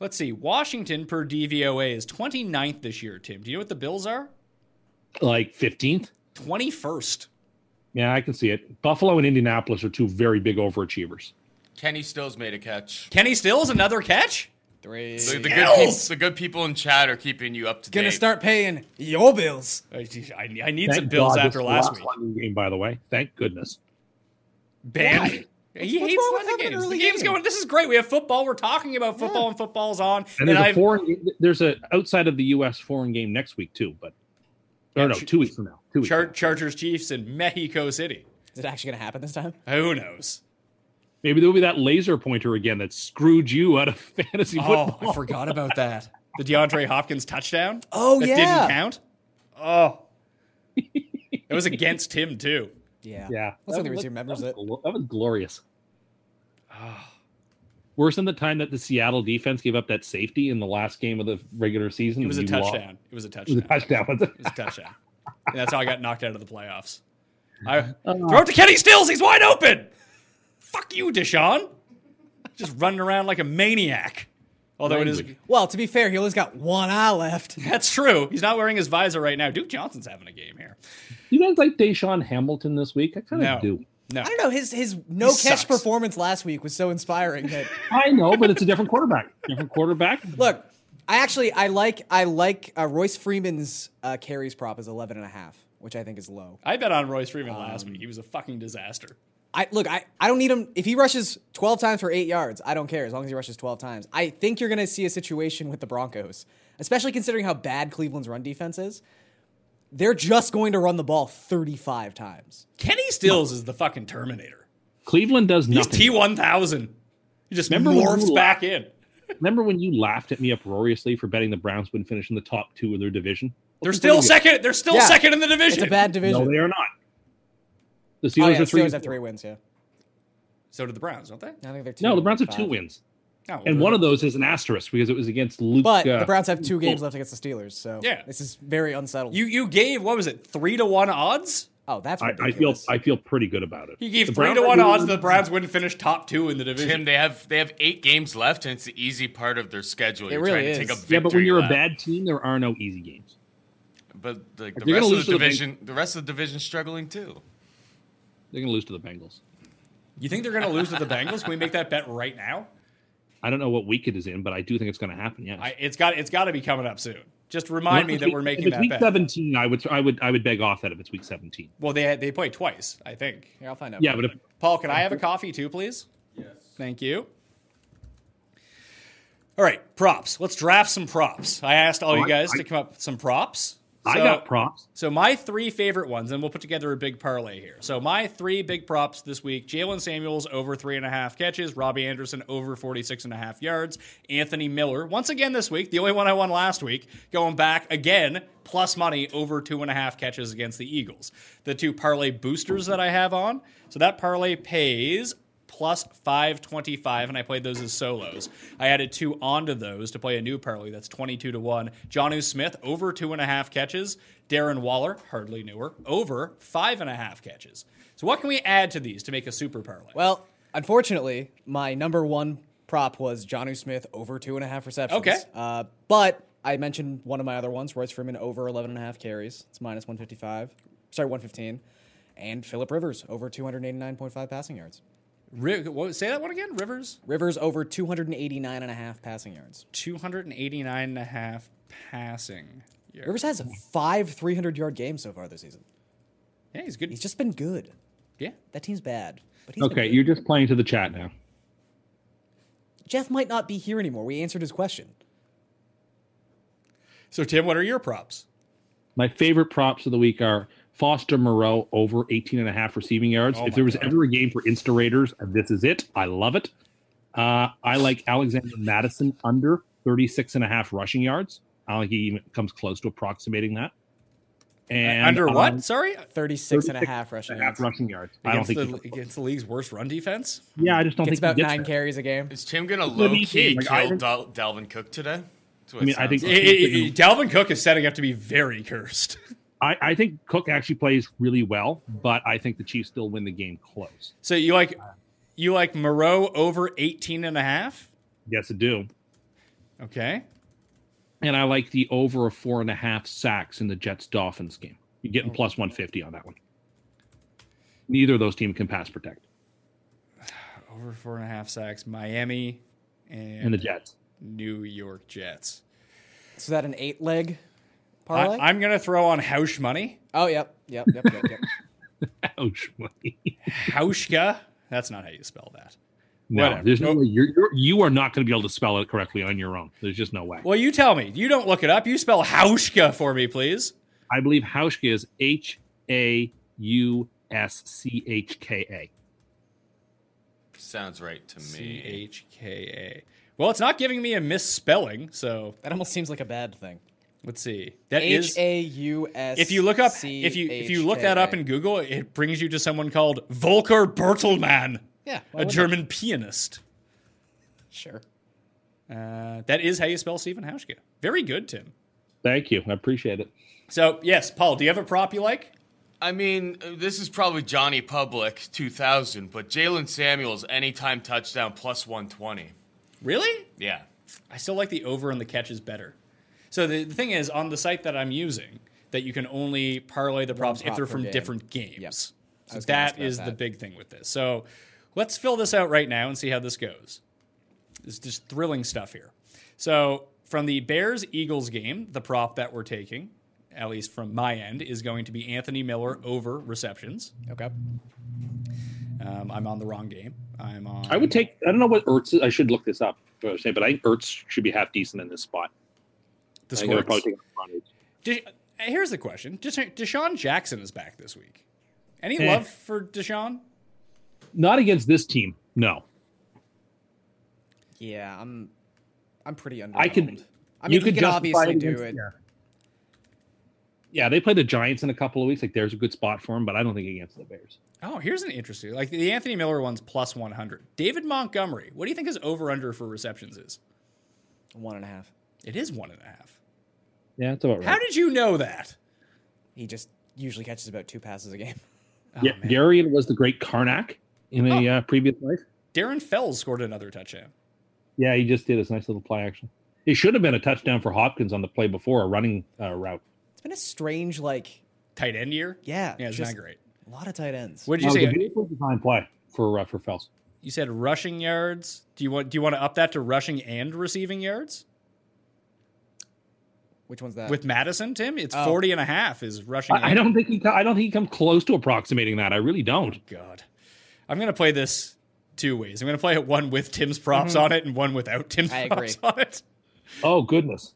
Speaker 7: Let's see. Washington per DVOA is 29th this year, Tim. Do you know what the Bills are?
Speaker 5: Like 15th.
Speaker 7: 21st.
Speaker 5: Yeah, I can see it. Buffalo and Indianapolis are two very big overachievers.
Speaker 2: Kenny Stills made a catch.
Speaker 7: Kenny Stills, another catch?
Speaker 3: Three.
Speaker 2: The, the good people, the good people in chat are keeping you up to
Speaker 3: Gonna
Speaker 2: date.
Speaker 3: start paying your bills.
Speaker 7: I, I- I need some Bills
Speaker 5: God,
Speaker 7: after
Speaker 5: this
Speaker 7: last
Speaker 5: is
Speaker 7: week.
Speaker 5: the London game, by the way. Thank goodness.
Speaker 7: Banned. He
Speaker 3: what's
Speaker 7: hates
Speaker 3: wrong with
Speaker 7: London
Speaker 3: having an
Speaker 7: games. The
Speaker 3: early
Speaker 7: game's
Speaker 3: game?
Speaker 7: going. This is great. We have football. We're talking about football, and football's on.
Speaker 5: And there's a
Speaker 7: I've-
Speaker 5: foreign. There's a outside of the U.S. foreign game next week too, but or no,
Speaker 7: Ch-
Speaker 5: two weeks from now. Two weeks.
Speaker 7: Char-
Speaker 5: from now.
Speaker 7: Chargers Chiefs in Mexico City.
Speaker 3: Is it actually gonna happen this time?
Speaker 7: Who knows?
Speaker 5: Maybe there'll be that laser pointer again that screwed you out of fantasy
Speaker 7: Oh,
Speaker 5: football.
Speaker 7: I forgot about that. The DeAndre Hopkins touchdown.
Speaker 3: Oh,
Speaker 7: that
Speaker 3: yeah.
Speaker 7: didn't count. Oh, It was against him too.
Speaker 3: Yeah.
Speaker 5: Yeah.
Speaker 3: That's the only
Speaker 5: That-
Speaker 3: reason he
Speaker 5: that-
Speaker 3: remembers
Speaker 5: that
Speaker 3: it. Ah.
Speaker 5: was glo- That was glorious. Worse than the time that the Seattle defense gave up that safety in the last game of the regular season.
Speaker 7: It was a
Speaker 5: and you lost-
Speaker 7: touchdown. It was a
Speaker 5: It was
Speaker 7: touchdown.
Speaker 5: a touchdown. was it?
Speaker 7: It was a touchdown. and that's how I got knocked out of the playoffs. I throw it to Kenny Stills. He's wide open. Fuck you, Deshaun. Just running around like a maniac. Although it is,
Speaker 5: Language.
Speaker 3: Well, to be fair, he only's got one eye left.
Speaker 7: that's true. He's not wearing his visor right now. Duke Johnson's having a game here.
Speaker 5: You guys like Deshaun Hamilton this week? I kind of
Speaker 7: No.
Speaker 5: do.
Speaker 7: No,
Speaker 3: I don't know. His his no
Speaker 7: He
Speaker 3: catch
Speaker 7: sucks.
Speaker 3: performance last week was so inspiring that
Speaker 5: I know, but it's a different quarterback. Different quarterback.
Speaker 3: look. I actually I like I like uh, Royce Freeman's uh, carries prop is 11 and a half, which I think is low.
Speaker 7: I bet on Royce Freeman last week. He was a fucking disaster.
Speaker 3: I look, I, I don't need him if he rushes 12 times for 8 yards, I don't care as long as he rushes 12 times. I think you're going to see a situation with the Broncos, especially considering how bad Cleveland's run defense is. They're just going to run the ball 35 times.
Speaker 7: Kenny Stills is the fucking Terminator.
Speaker 5: Cleveland does
Speaker 7: He's
Speaker 5: nothing.
Speaker 7: T one thousand. He just
Speaker 5: Remember when
Speaker 7: morphs
Speaker 5: you
Speaker 7: back in.
Speaker 5: Remember when you laughed at me uproariously for betting the Browns would finish in the top two of their division?
Speaker 7: They're
Speaker 5: Looking
Speaker 7: still
Speaker 5: pretty good.
Speaker 7: second. They're still
Speaker 3: Yeah.
Speaker 7: second in the division.
Speaker 3: It's a bad division.
Speaker 5: No, they are not. The Steelers
Speaker 3: oh, yeah,
Speaker 5: are three.
Speaker 3: Steelers
Speaker 5: and
Speaker 3: have
Speaker 5: four.
Speaker 3: three wins, yeah.
Speaker 7: so did the Browns, don't they?
Speaker 3: I think they're two
Speaker 5: No, the
Speaker 3: and
Speaker 5: Browns have
Speaker 3: five.
Speaker 5: two wins,
Speaker 7: No.
Speaker 5: and one of those is an asterisk because it was against Luke.
Speaker 3: But
Speaker 5: uh,
Speaker 3: the Browns have two games left against the Steelers, so
Speaker 7: Yeah.
Speaker 3: this is very unsettled.
Speaker 7: You you gave what was it three to one odds?
Speaker 3: oh, that's
Speaker 5: I, I feel
Speaker 3: ridiculous.
Speaker 5: I feel pretty good about it.
Speaker 7: You gave
Speaker 5: The
Speaker 7: three
Speaker 5: Browns
Speaker 7: to
Speaker 5: are
Speaker 7: one
Speaker 5: doing-
Speaker 7: odds that the Browns wouldn't finish top two in the division.
Speaker 2: Tim, they have they have eight games left, and it's the easy part of their schedule.
Speaker 3: It
Speaker 2: You're trying
Speaker 3: really
Speaker 2: to take a
Speaker 3: is.
Speaker 2: victory
Speaker 5: Yeah, but when you're a
Speaker 2: lap.
Speaker 5: bad team, there are no easy games.
Speaker 2: but like the
Speaker 5: you're gonna
Speaker 2: rest
Speaker 5: lose
Speaker 2: of
Speaker 5: to
Speaker 2: the
Speaker 5: the
Speaker 2: division, the rest of the division's struggling too.
Speaker 5: They're going to lose to the Bengals.
Speaker 7: You think they're going to lose to the Bengals? Can we make that bet right now?
Speaker 5: I don't know what week it is in, but I do think it's going to happen. Yes.
Speaker 7: I, it's got it's got to be coming up soon. Just remind me
Speaker 5: If
Speaker 7: that
Speaker 5: it's
Speaker 7: we're
Speaker 5: week-
Speaker 7: making
Speaker 5: if it's
Speaker 7: that
Speaker 5: week
Speaker 7: bet.
Speaker 5: 17. I would I would I would beg off that if it's week 17.
Speaker 7: Well, they had, they play twice, I think.
Speaker 3: Here, I'll find out.
Speaker 5: Yeah, but if
Speaker 7: Paul, can I have a coffee too, please? Yes. Thank you. All right, props. Let's draft some props. I asked all you
Speaker 5: Oh, I-
Speaker 7: guys
Speaker 5: I-
Speaker 7: to come up with some props.
Speaker 5: I
Speaker 7: So-
Speaker 5: got props,
Speaker 7: So my three favorite ones, and we'll put together a big parlay here. So my three big props this week: Jalen Samuels over three and a half catches, Robbie Anderson over 46 and a half yards, Anthony Miller once again this week, the only one I won last week, going back again plus money over two and a half catches against the Eagles. The two parlay boosters that I have on, so that parlay pays plus 525 and i played those as solos i added two onto those to play a new parlay that's 22 to 1 johnu smith over two and a half catches darren waller hardly newer over five and a half catches so what can we add to these to make a super parlay
Speaker 3: Well, unfortunately, my number one prop was Johnu Smith over two and a half receptions.
Speaker 7: Okay.
Speaker 3: Uh, but I mentioned one of my other ones, Royce Freeman over 11 and a half carries. It's minus 155. Sorry, 115. And Philip Rivers over 289.5 passing yards.
Speaker 7: Ri- what, say that one again rivers
Speaker 3: Rivers over 289 and a half passing yards.
Speaker 7: 289 and a half passing yards.
Speaker 3: Rivers has five 300 yard games so far this season.
Speaker 7: yeah he's good
Speaker 3: He's just been good.
Speaker 7: yeah
Speaker 3: That team's bad. But he's been
Speaker 5: okay,
Speaker 3: good.
Speaker 5: you're just playing to the chat now.
Speaker 3: Jeff might not be here anymore. We answered his question.
Speaker 7: so tim what are your props
Speaker 5: My favorite props of the week are Foster Moreau over 18 and a half receiving yards.
Speaker 7: Oh
Speaker 5: if there was ever a game for Insta Raiders, this is it. I love it. Uh, I like Alexander Madison under 36 and a half rushing yards. I don't think he even comes close to approximating that. And
Speaker 7: under what
Speaker 5: um,
Speaker 7: sorry
Speaker 3: 36 and a
Speaker 5: 36
Speaker 3: half rushing
Speaker 5: and a half
Speaker 3: yards.
Speaker 5: rushing yards. I don't
Speaker 7: against
Speaker 5: think.
Speaker 7: the,
Speaker 5: he-
Speaker 7: against the league's worst run defense
Speaker 5: yeah, I just don't
Speaker 3: Gets
Speaker 5: think
Speaker 3: about
Speaker 5: he gets
Speaker 3: nine
Speaker 5: there.
Speaker 3: carries a game.
Speaker 2: Is Tim gonna
Speaker 5: What
Speaker 2: low
Speaker 5: do you
Speaker 2: key
Speaker 5: mean? Like, I
Speaker 2: kill
Speaker 5: think-
Speaker 2: Dal- Dalvin Cook today? That's what
Speaker 5: I
Speaker 2: it
Speaker 5: mean, I
Speaker 2: sounds
Speaker 5: think-
Speaker 2: like.
Speaker 7: I- I- I- dalvin cook is setting up to be very cursed
Speaker 5: I, I think Cook actually plays really well, but I think the Chiefs still win the game close.
Speaker 7: So you like you like Moreau over 18 and a half?
Speaker 5: Yes, I do.
Speaker 7: Okay.
Speaker 5: And I like the over of four and a half sacks in the Jets Dolphins game. You're getting plus 150 on that one. Neither of those teams can pass protect.
Speaker 7: Over four and a half sacks, Miami and,
Speaker 5: And the Jets.
Speaker 7: New York Jets.
Speaker 3: So that an eight leg parlay?
Speaker 7: I, am gonna throw on Hausch money.
Speaker 3: oh, yep, yep, yep, yep, yep.
Speaker 5: Ouch. Mike.
Speaker 7: Hauschka. That's not how you spell that.
Speaker 5: no,
Speaker 7: Whatever.
Speaker 5: there's no
Speaker 7: Nope.
Speaker 5: way. You're, you're, you are not going to be able to spell it correctly on your own. There's just no way.
Speaker 7: Well, you tell me. You don't look it up. You spell Hauschka for me, please.
Speaker 5: I believe Hauschka is H A U S C H K A.
Speaker 2: sounds right to
Speaker 7: C
Speaker 2: me.
Speaker 7: H K A. Well, it's not giving me a misspelling, so
Speaker 3: That almost seems like a bad thing.
Speaker 7: Let's see. That is
Speaker 3: H A U S.
Speaker 7: if you look up if you if you look that up in Google, it brings you to someone called Volker Bertelmann,
Speaker 3: yeah, why
Speaker 7: a
Speaker 3: wouldn't it?
Speaker 7: German pianist.
Speaker 3: Sure.
Speaker 7: Uh, that is how you spell Stephen Hauschka. Very good, Tim.
Speaker 5: Thank you. I appreciate it.
Speaker 7: So yes, Paul, do you have a prop you like?
Speaker 2: I mean, uh, this is probably Johnny Public 2000, but Jalen Samuels anytime touchdown plus 120.
Speaker 7: Really?
Speaker 2: Yeah.
Speaker 7: I still like the over and the catches better. So the, the thing is, on the site that I'm using, that you can only parlay the props if
Speaker 3: prop
Speaker 7: they're
Speaker 3: per
Speaker 7: from
Speaker 3: game.
Speaker 7: different games. So
Speaker 3: was gonna ask
Speaker 7: that
Speaker 3: about
Speaker 7: is the
Speaker 3: that.
Speaker 7: big thing with this. So let's fill this out right now and see how this goes. It's just thrilling stuff here. So from the Bears Eagles game, the prop that we're taking, at least from my end, is going to be Anthony Miller over receptions.
Speaker 3: Okay.
Speaker 7: Um, I'm on the wrong game. I'm on.
Speaker 5: I would take. I don't know what Ertz. Is. I should look this up. but I was saying, But I think Ertz should be half decent in this spot.
Speaker 7: the
Speaker 5: I think I would
Speaker 7: scores.
Speaker 5: probably take him at front.
Speaker 7: Desha- uh, Here's the question: Desha- Deshaun Jackson is back this week. Any
Speaker 5: Eh.
Speaker 7: love for Deshaun?
Speaker 5: Not against this team. No.
Speaker 3: Yeah, I'm. I'm pretty under.
Speaker 5: I could.
Speaker 3: Uh, I mean, you,
Speaker 5: could
Speaker 3: can
Speaker 5: justify
Speaker 3: obviously do
Speaker 5: against-
Speaker 3: it.
Speaker 5: Yeah. Yeah, they play the Giants in a couple of weeks. Like, there's a good spot for him, but I don't think against the Bears.
Speaker 7: Oh, here's an interesting. Like the Anthony Miller one's plus one hundred. David Montgomery. What do you think his over under for receptions is?
Speaker 3: One and a half.
Speaker 7: It is one and a half.
Speaker 5: Yeah, it's about right.
Speaker 7: How did you know that?
Speaker 3: He just usually catches about two passes a game. Oh,
Speaker 5: yeah, Darian was the great Karnak in a
Speaker 7: Oh.
Speaker 5: uh, previous life.
Speaker 7: Darren Fells scored another touchdown.
Speaker 5: Yeah, he just did his nice little play action. It should have been a touchdown for Hopkins on the play before a running uh, route.
Speaker 3: It's been a strange, like,
Speaker 7: Tight end year.
Speaker 3: yeah,
Speaker 7: Yeah, it's
Speaker 3: just
Speaker 7: not great.
Speaker 3: A lot of tight ends.
Speaker 7: What did
Speaker 5: No, it
Speaker 7: you
Speaker 5: was a
Speaker 7: say?
Speaker 5: beautiful design play for uh, for Fels.
Speaker 7: You said rushing yards. Do you want? Do you want to up that to rushing and receiving yards
Speaker 3: Which one's that?
Speaker 7: with Madison, Tim? It's
Speaker 3: Uh, Oh.
Speaker 7: 40 and a half is rushing.
Speaker 5: I, I
Speaker 7: and-
Speaker 5: don't think he. co- I don't think he come close to approximating that. I really don't.
Speaker 7: God. I'm going to play this two ways. I'm going to play it one with Tim's props on it and one without Tim's
Speaker 3: Mm-hmm. I
Speaker 7: props
Speaker 3: agree.
Speaker 7: on it.
Speaker 5: Oh goodness.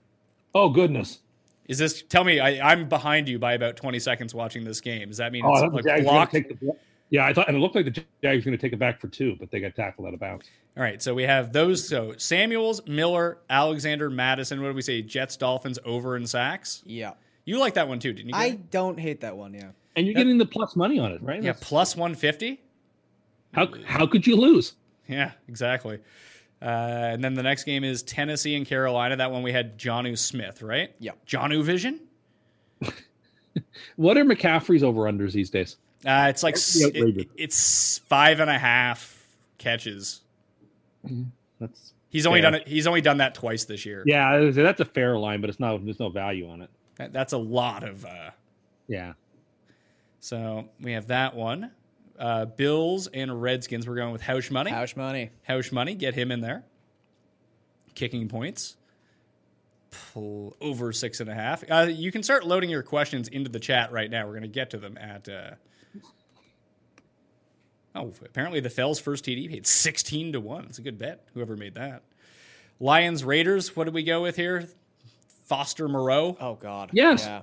Speaker 5: Oh goodness.
Speaker 7: Is this, tell me, I, I'm behind you by about 20 seconds watching this game. Does that mean
Speaker 5: Oh, I
Speaker 7: it's
Speaker 5: thought the
Speaker 7: like
Speaker 5: Jags were gonna
Speaker 7: blocked?
Speaker 5: take the blo- Yeah, I thought, and it looked like the Jags were going to take it back for two, but they got tackled out of bounds.
Speaker 7: All right. So we have those. So Samuels, Miller, Alexander, Madison. What did we say? Jets, Dolphins, over and sacks.
Speaker 3: yeah.
Speaker 7: You like that one too, didn't you?
Speaker 3: I
Speaker 7: Gary?
Speaker 3: don't hate that one, yeah.
Speaker 5: And you're getting the plus money on it, right?
Speaker 7: yeah.
Speaker 5: That's-
Speaker 7: Plus 150.
Speaker 5: How how could you lose?
Speaker 7: Yeah, exactly. Uh, and then the next game is Tennessee and Carolina. That one we had Johnu Smith, right?
Speaker 3: Yeah.
Speaker 7: Johnu Vision.
Speaker 5: What are McCaffrey's over unders these days?
Speaker 7: Uh, it's like s-
Speaker 5: That'd be
Speaker 7: it,
Speaker 5: outrageous.
Speaker 7: it's five and a half catches.
Speaker 5: That's
Speaker 7: He's only
Speaker 5: Fair.
Speaker 7: done it. He's only done that twice this year.
Speaker 5: yeah, I was gonna say, that's a fair line, but it's not. There's no value on it.
Speaker 7: That- that's a lot of. Uh,
Speaker 5: Yeah,
Speaker 7: so we have that one. Uh, Bills and Redskins. We're going with House Money. House.
Speaker 3: Housh money.
Speaker 7: Money. Get him in there. Kicking points. Pull Over six and a half. Uh, you can start loading your questions into the chat right now. We're going to get to them at. Uh, Oh, apparently the Fells first TD paid 16 to 1. It's a good bet, whoever made that. Lions, Raiders, what did we go with here? Foster Moreau.
Speaker 3: Oh, God.
Speaker 5: Yes.
Speaker 3: Yeah.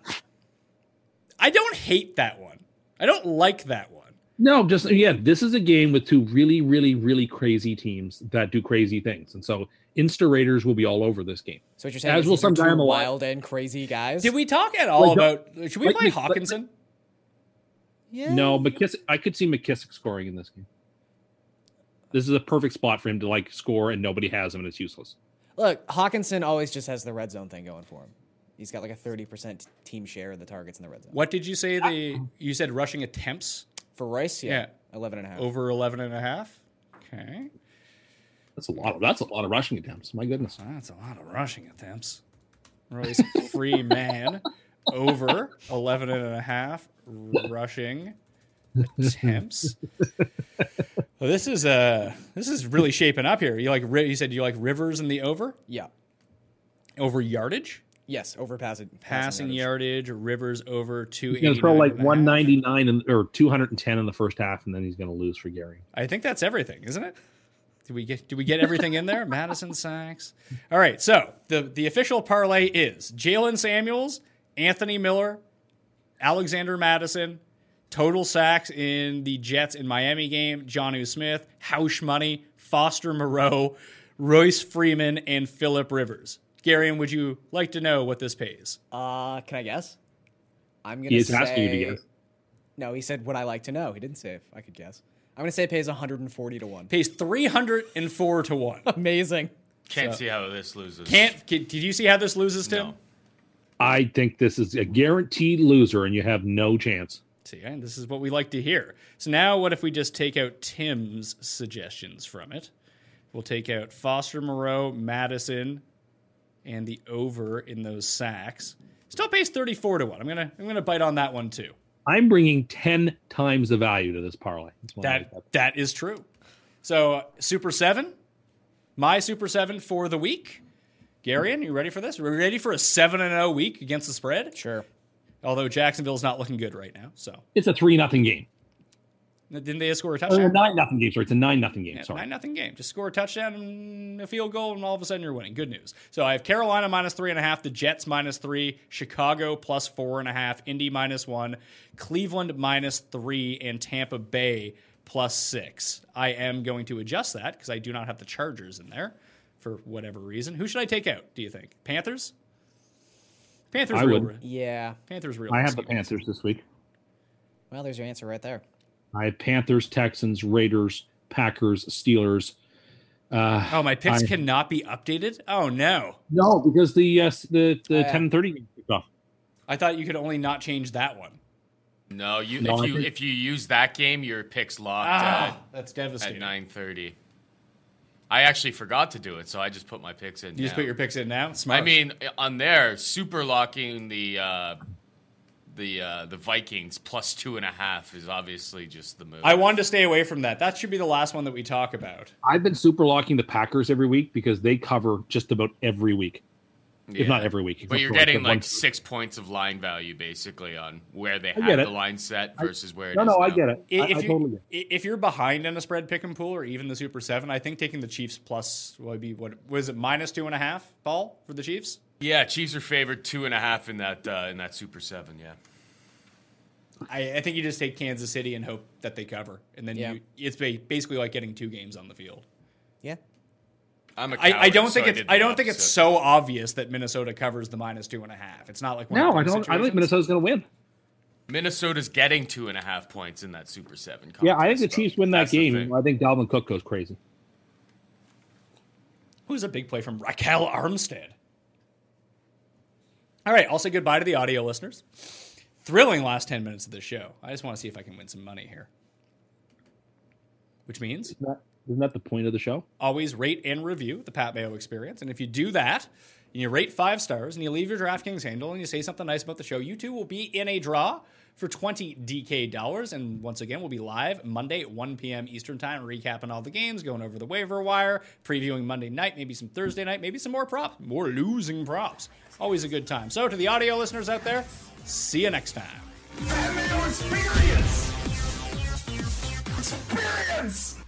Speaker 7: I don't hate that one. I don't like that one.
Speaker 5: No, just yeah, this is a game with two really, really, really crazy teams that do crazy things. And so Insta Raiders will be all over this game.
Speaker 3: So what you're saying is
Speaker 5: As will
Speaker 3: these are
Speaker 5: some
Speaker 3: two
Speaker 5: Dynamo Lions.
Speaker 3: wild and crazy guys?
Speaker 7: Did we talk at
Speaker 5: Like,
Speaker 7: all about. Should we
Speaker 5: like
Speaker 7: play
Speaker 5: Mc- like-
Speaker 7: Hawkinson?
Speaker 3: Yeah.
Speaker 5: No, McKissick I could see McKissick scoring in this game. This is a perfect spot for him to like score and nobody has him and it's useless.
Speaker 3: Look, Hawkinson always just has the red zone thing going for him. He's got like a 30% team share of the targets in the red zone.
Speaker 7: What did you say? The You said rushing attempts
Speaker 3: For Rice, yeah.
Speaker 7: Yeah.
Speaker 3: 11 and a half.
Speaker 7: over 11 and a half? Okay.
Speaker 5: That's a lot of that's a lot of rushing attempts. My goodness.
Speaker 7: That's a lot of rushing attempts. Royce free man over 11 and a half rushing attempts. Well, this is uh this is really shaping up here. You like Ri- you said you like Rivers in the over
Speaker 3: Yeah.
Speaker 7: over yardage,
Speaker 3: Yes, over passing.
Speaker 7: passing yardage, Rivers over two.
Speaker 5: He's gonna throw like one ninety nine and or two hundred and ten in the first half, and then he's gonna lose for Gary.
Speaker 7: I think that's everything, isn't it? Did we get did we get everything in there? Madison Sacks. All right, so the the official parlay is Jalen Samuels, Anthony Miller, Alexander Madison, total sacks in the Jets in Miami game, Johnu Smith, Hausch Money, Foster Moreau, Royce Freeman, and Philip Rivers. Garion, would you like to know what this pays?
Speaker 3: Uh, can I guess? I'm gonna
Speaker 5: He is
Speaker 3: say.
Speaker 5: asking you to guess.
Speaker 3: No, he said what I like to know. He didn't say if I could guess. I'm gonna say it pays 140 to one.
Speaker 7: Pays 304 to 1.
Speaker 3: Amazing.
Speaker 2: Can't see how this loses.
Speaker 7: Can't can, did you see how this loses, Tim?
Speaker 2: No.
Speaker 5: I think this is a guaranteed loser, and you have no chance.
Speaker 7: See, and this is what we like to hear. So now what if we just take out Tim's suggestions from it? We'll take out Foster Moreau, Madison, and the over in those sacks. Still pays 34 to 1. I'm going to I'm going to bite on that one too.
Speaker 5: I'm bringing ten times the value to this parlay. That's what I
Speaker 7: That
Speaker 5: like about-
Speaker 7: that is true. So uh, Super Seven, my Super Seven for the week. Garion, you ready for this? Are we ready for a seven and zero week against the spread?
Speaker 3: Sure.
Speaker 7: Although Jacksonville's not looking good right now. So
Speaker 5: it's a three nothing game.
Speaker 7: didn't they score a
Speaker 5: Or a
Speaker 7: touchdown?
Speaker 5: nine nothing game. Sorry, it's a nine nothing game.
Speaker 7: Nine
Speaker 5: Sorry.
Speaker 7: nothing game. Just score a touchdown and a field goal, and all of a sudden you're winning. Good news. So I have Carolina minus three and a half, the Jets minus three, Chicago plus four and a half, Indy minus one, Cleveland minus three, and Tampa Bay plus six. I am going to adjust that because I do not have the Chargers in there for whatever reason. Who should I take out? Do you think Panthers? Panthers.
Speaker 5: I
Speaker 7: real,
Speaker 5: would.
Speaker 3: Yeah.
Speaker 7: Panthers. Real.
Speaker 5: I have the
Speaker 7: risky.
Speaker 5: Panthers this week.
Speaker 3: Well, there's your answer right there.
Speaker 5: I have Panthers, Texans, Raiders, Packers, Steelers. Uh,
Speaker 7: Oh, my picks
Speaker 5: I-
Speaker 7: cannot be updated. Oh no.
Speaker 5: no, because the uh, s- the the
Speaker 3: yeah.
Speaker 5: ten thirty game kicked off.
Speaker 7: I thought you could only not change that one.
Speaker 2: No, you
Speaker 5: No, I
Speaker 2: if you
Speaker 5: think-
Speaker 2: if you use that game, your pick's locked
Speaker 7: Ah, that's
Speaker 2: at, at
Speaker 7: devastating.
Speaker 2: nine thirty. I actually forgot to do it, so I just put my picks in.
Speaker 7: You just
Speaker 2: now.
Speaker 7: put your picks in now. Smart.
Speaker 5: Oh.
Speaker 2: I mean, on there, super locking the uh, the uh, the Vikings plus two and a half is obviously just the move.
Speaker 7: I wanted to stay away from that. That should be the last one that we talk about.
Speaker 5: I've been super locking the Packers every week because they cover just about every week,
Speaker 2: Yeah.
Speaker 5: if not every week.
Speaker 2: But
Speaker 5: except
Speaker 2: you're
Speaker 5: for, like,
Speaker 2: getting
Speaker 5: the
Speaker 2: like
Speaker 5: one-
Speaker 2: six points of line value basically on where they
Speaker 5: get
Speaker 2: have
Speaker 5: it.
Speaker 2: the line set versus where it is.
Speaker 5: No, no, I
Speaker 2: now.
Speaker 5: get it. I,
Speaker 7: If,
Speaker 5: I
Speaker 7: you,
Speaker 5: totally get it.
Speaker 7: if you're behind in a spread pick and pool or even the Super Seven, I think taking the Chiefs plus would be what was it minus two and a half ball for the Chiefs?
Speaker 2: Yeah, Chiefs are favored two and a half in that uh, in that Super Seven. Yeah,
Speaker 7: I, I think you just take Kansas City and hope that they cover, and then
Speaker 3: Yeah.
Speaker 7: you, it's ba- basically like getting two games on the field.
Speaker 3: Yeah.
Speaker 2: I'm a
Speaker 7: I, I
Speaker 2: coward,
Speaker 7: don't
Speaker 2: so
Speaker 7: think it's
Speaker 2: did the
Speaker 7: I don't think it's
Speaker 2: opposite.
Speaker 7: so obvious that Minnesota covers the minus two and a half. It's not like one of
Speaker 5: No,
Speaker 7: those
Speaker 5: I don't. I don't think
Speaker 7: situations.
Speaker 5: Minnesota's going to win.
Speaker 2: Minnesota's getting two and a half points in that Super Seven. Contest,
Speaker 5: Yeah, I think the
Speaker 2: though.
Speaker 5: Chiefs win that
Speaker 2: That's the
Speaker 5: game.
Speaker 2: thing.
Speaker 5: I think Dalvin Cook goes crazy.
Speaker 7: Who's a big play from Raquel Armstead? All right, I'll say goodbye to the audio listeners. Thrilling last 10 minutes of this show. I just want to see if I can win some money here. Which means
Speaker 5: Isn't that- isn't that the point of the show?
Speaker 7: always rate and review the Pat Mayo experience. And if you do that, and you rate five stars and you leave your DraftKings handle and you say something nice about the show, you too will be in a draw for 20 DK dollars. And once again, we'll be live Monday at 1 p.m. Eastern Time, recapping all the games, going over the waiver wire, previewing Monday night, maybe some Thursday night, maybe some more props, more losing props. Always a good time. So to the audio listeners out there, see you next time.
Speaker 1: Batman experience! Experience!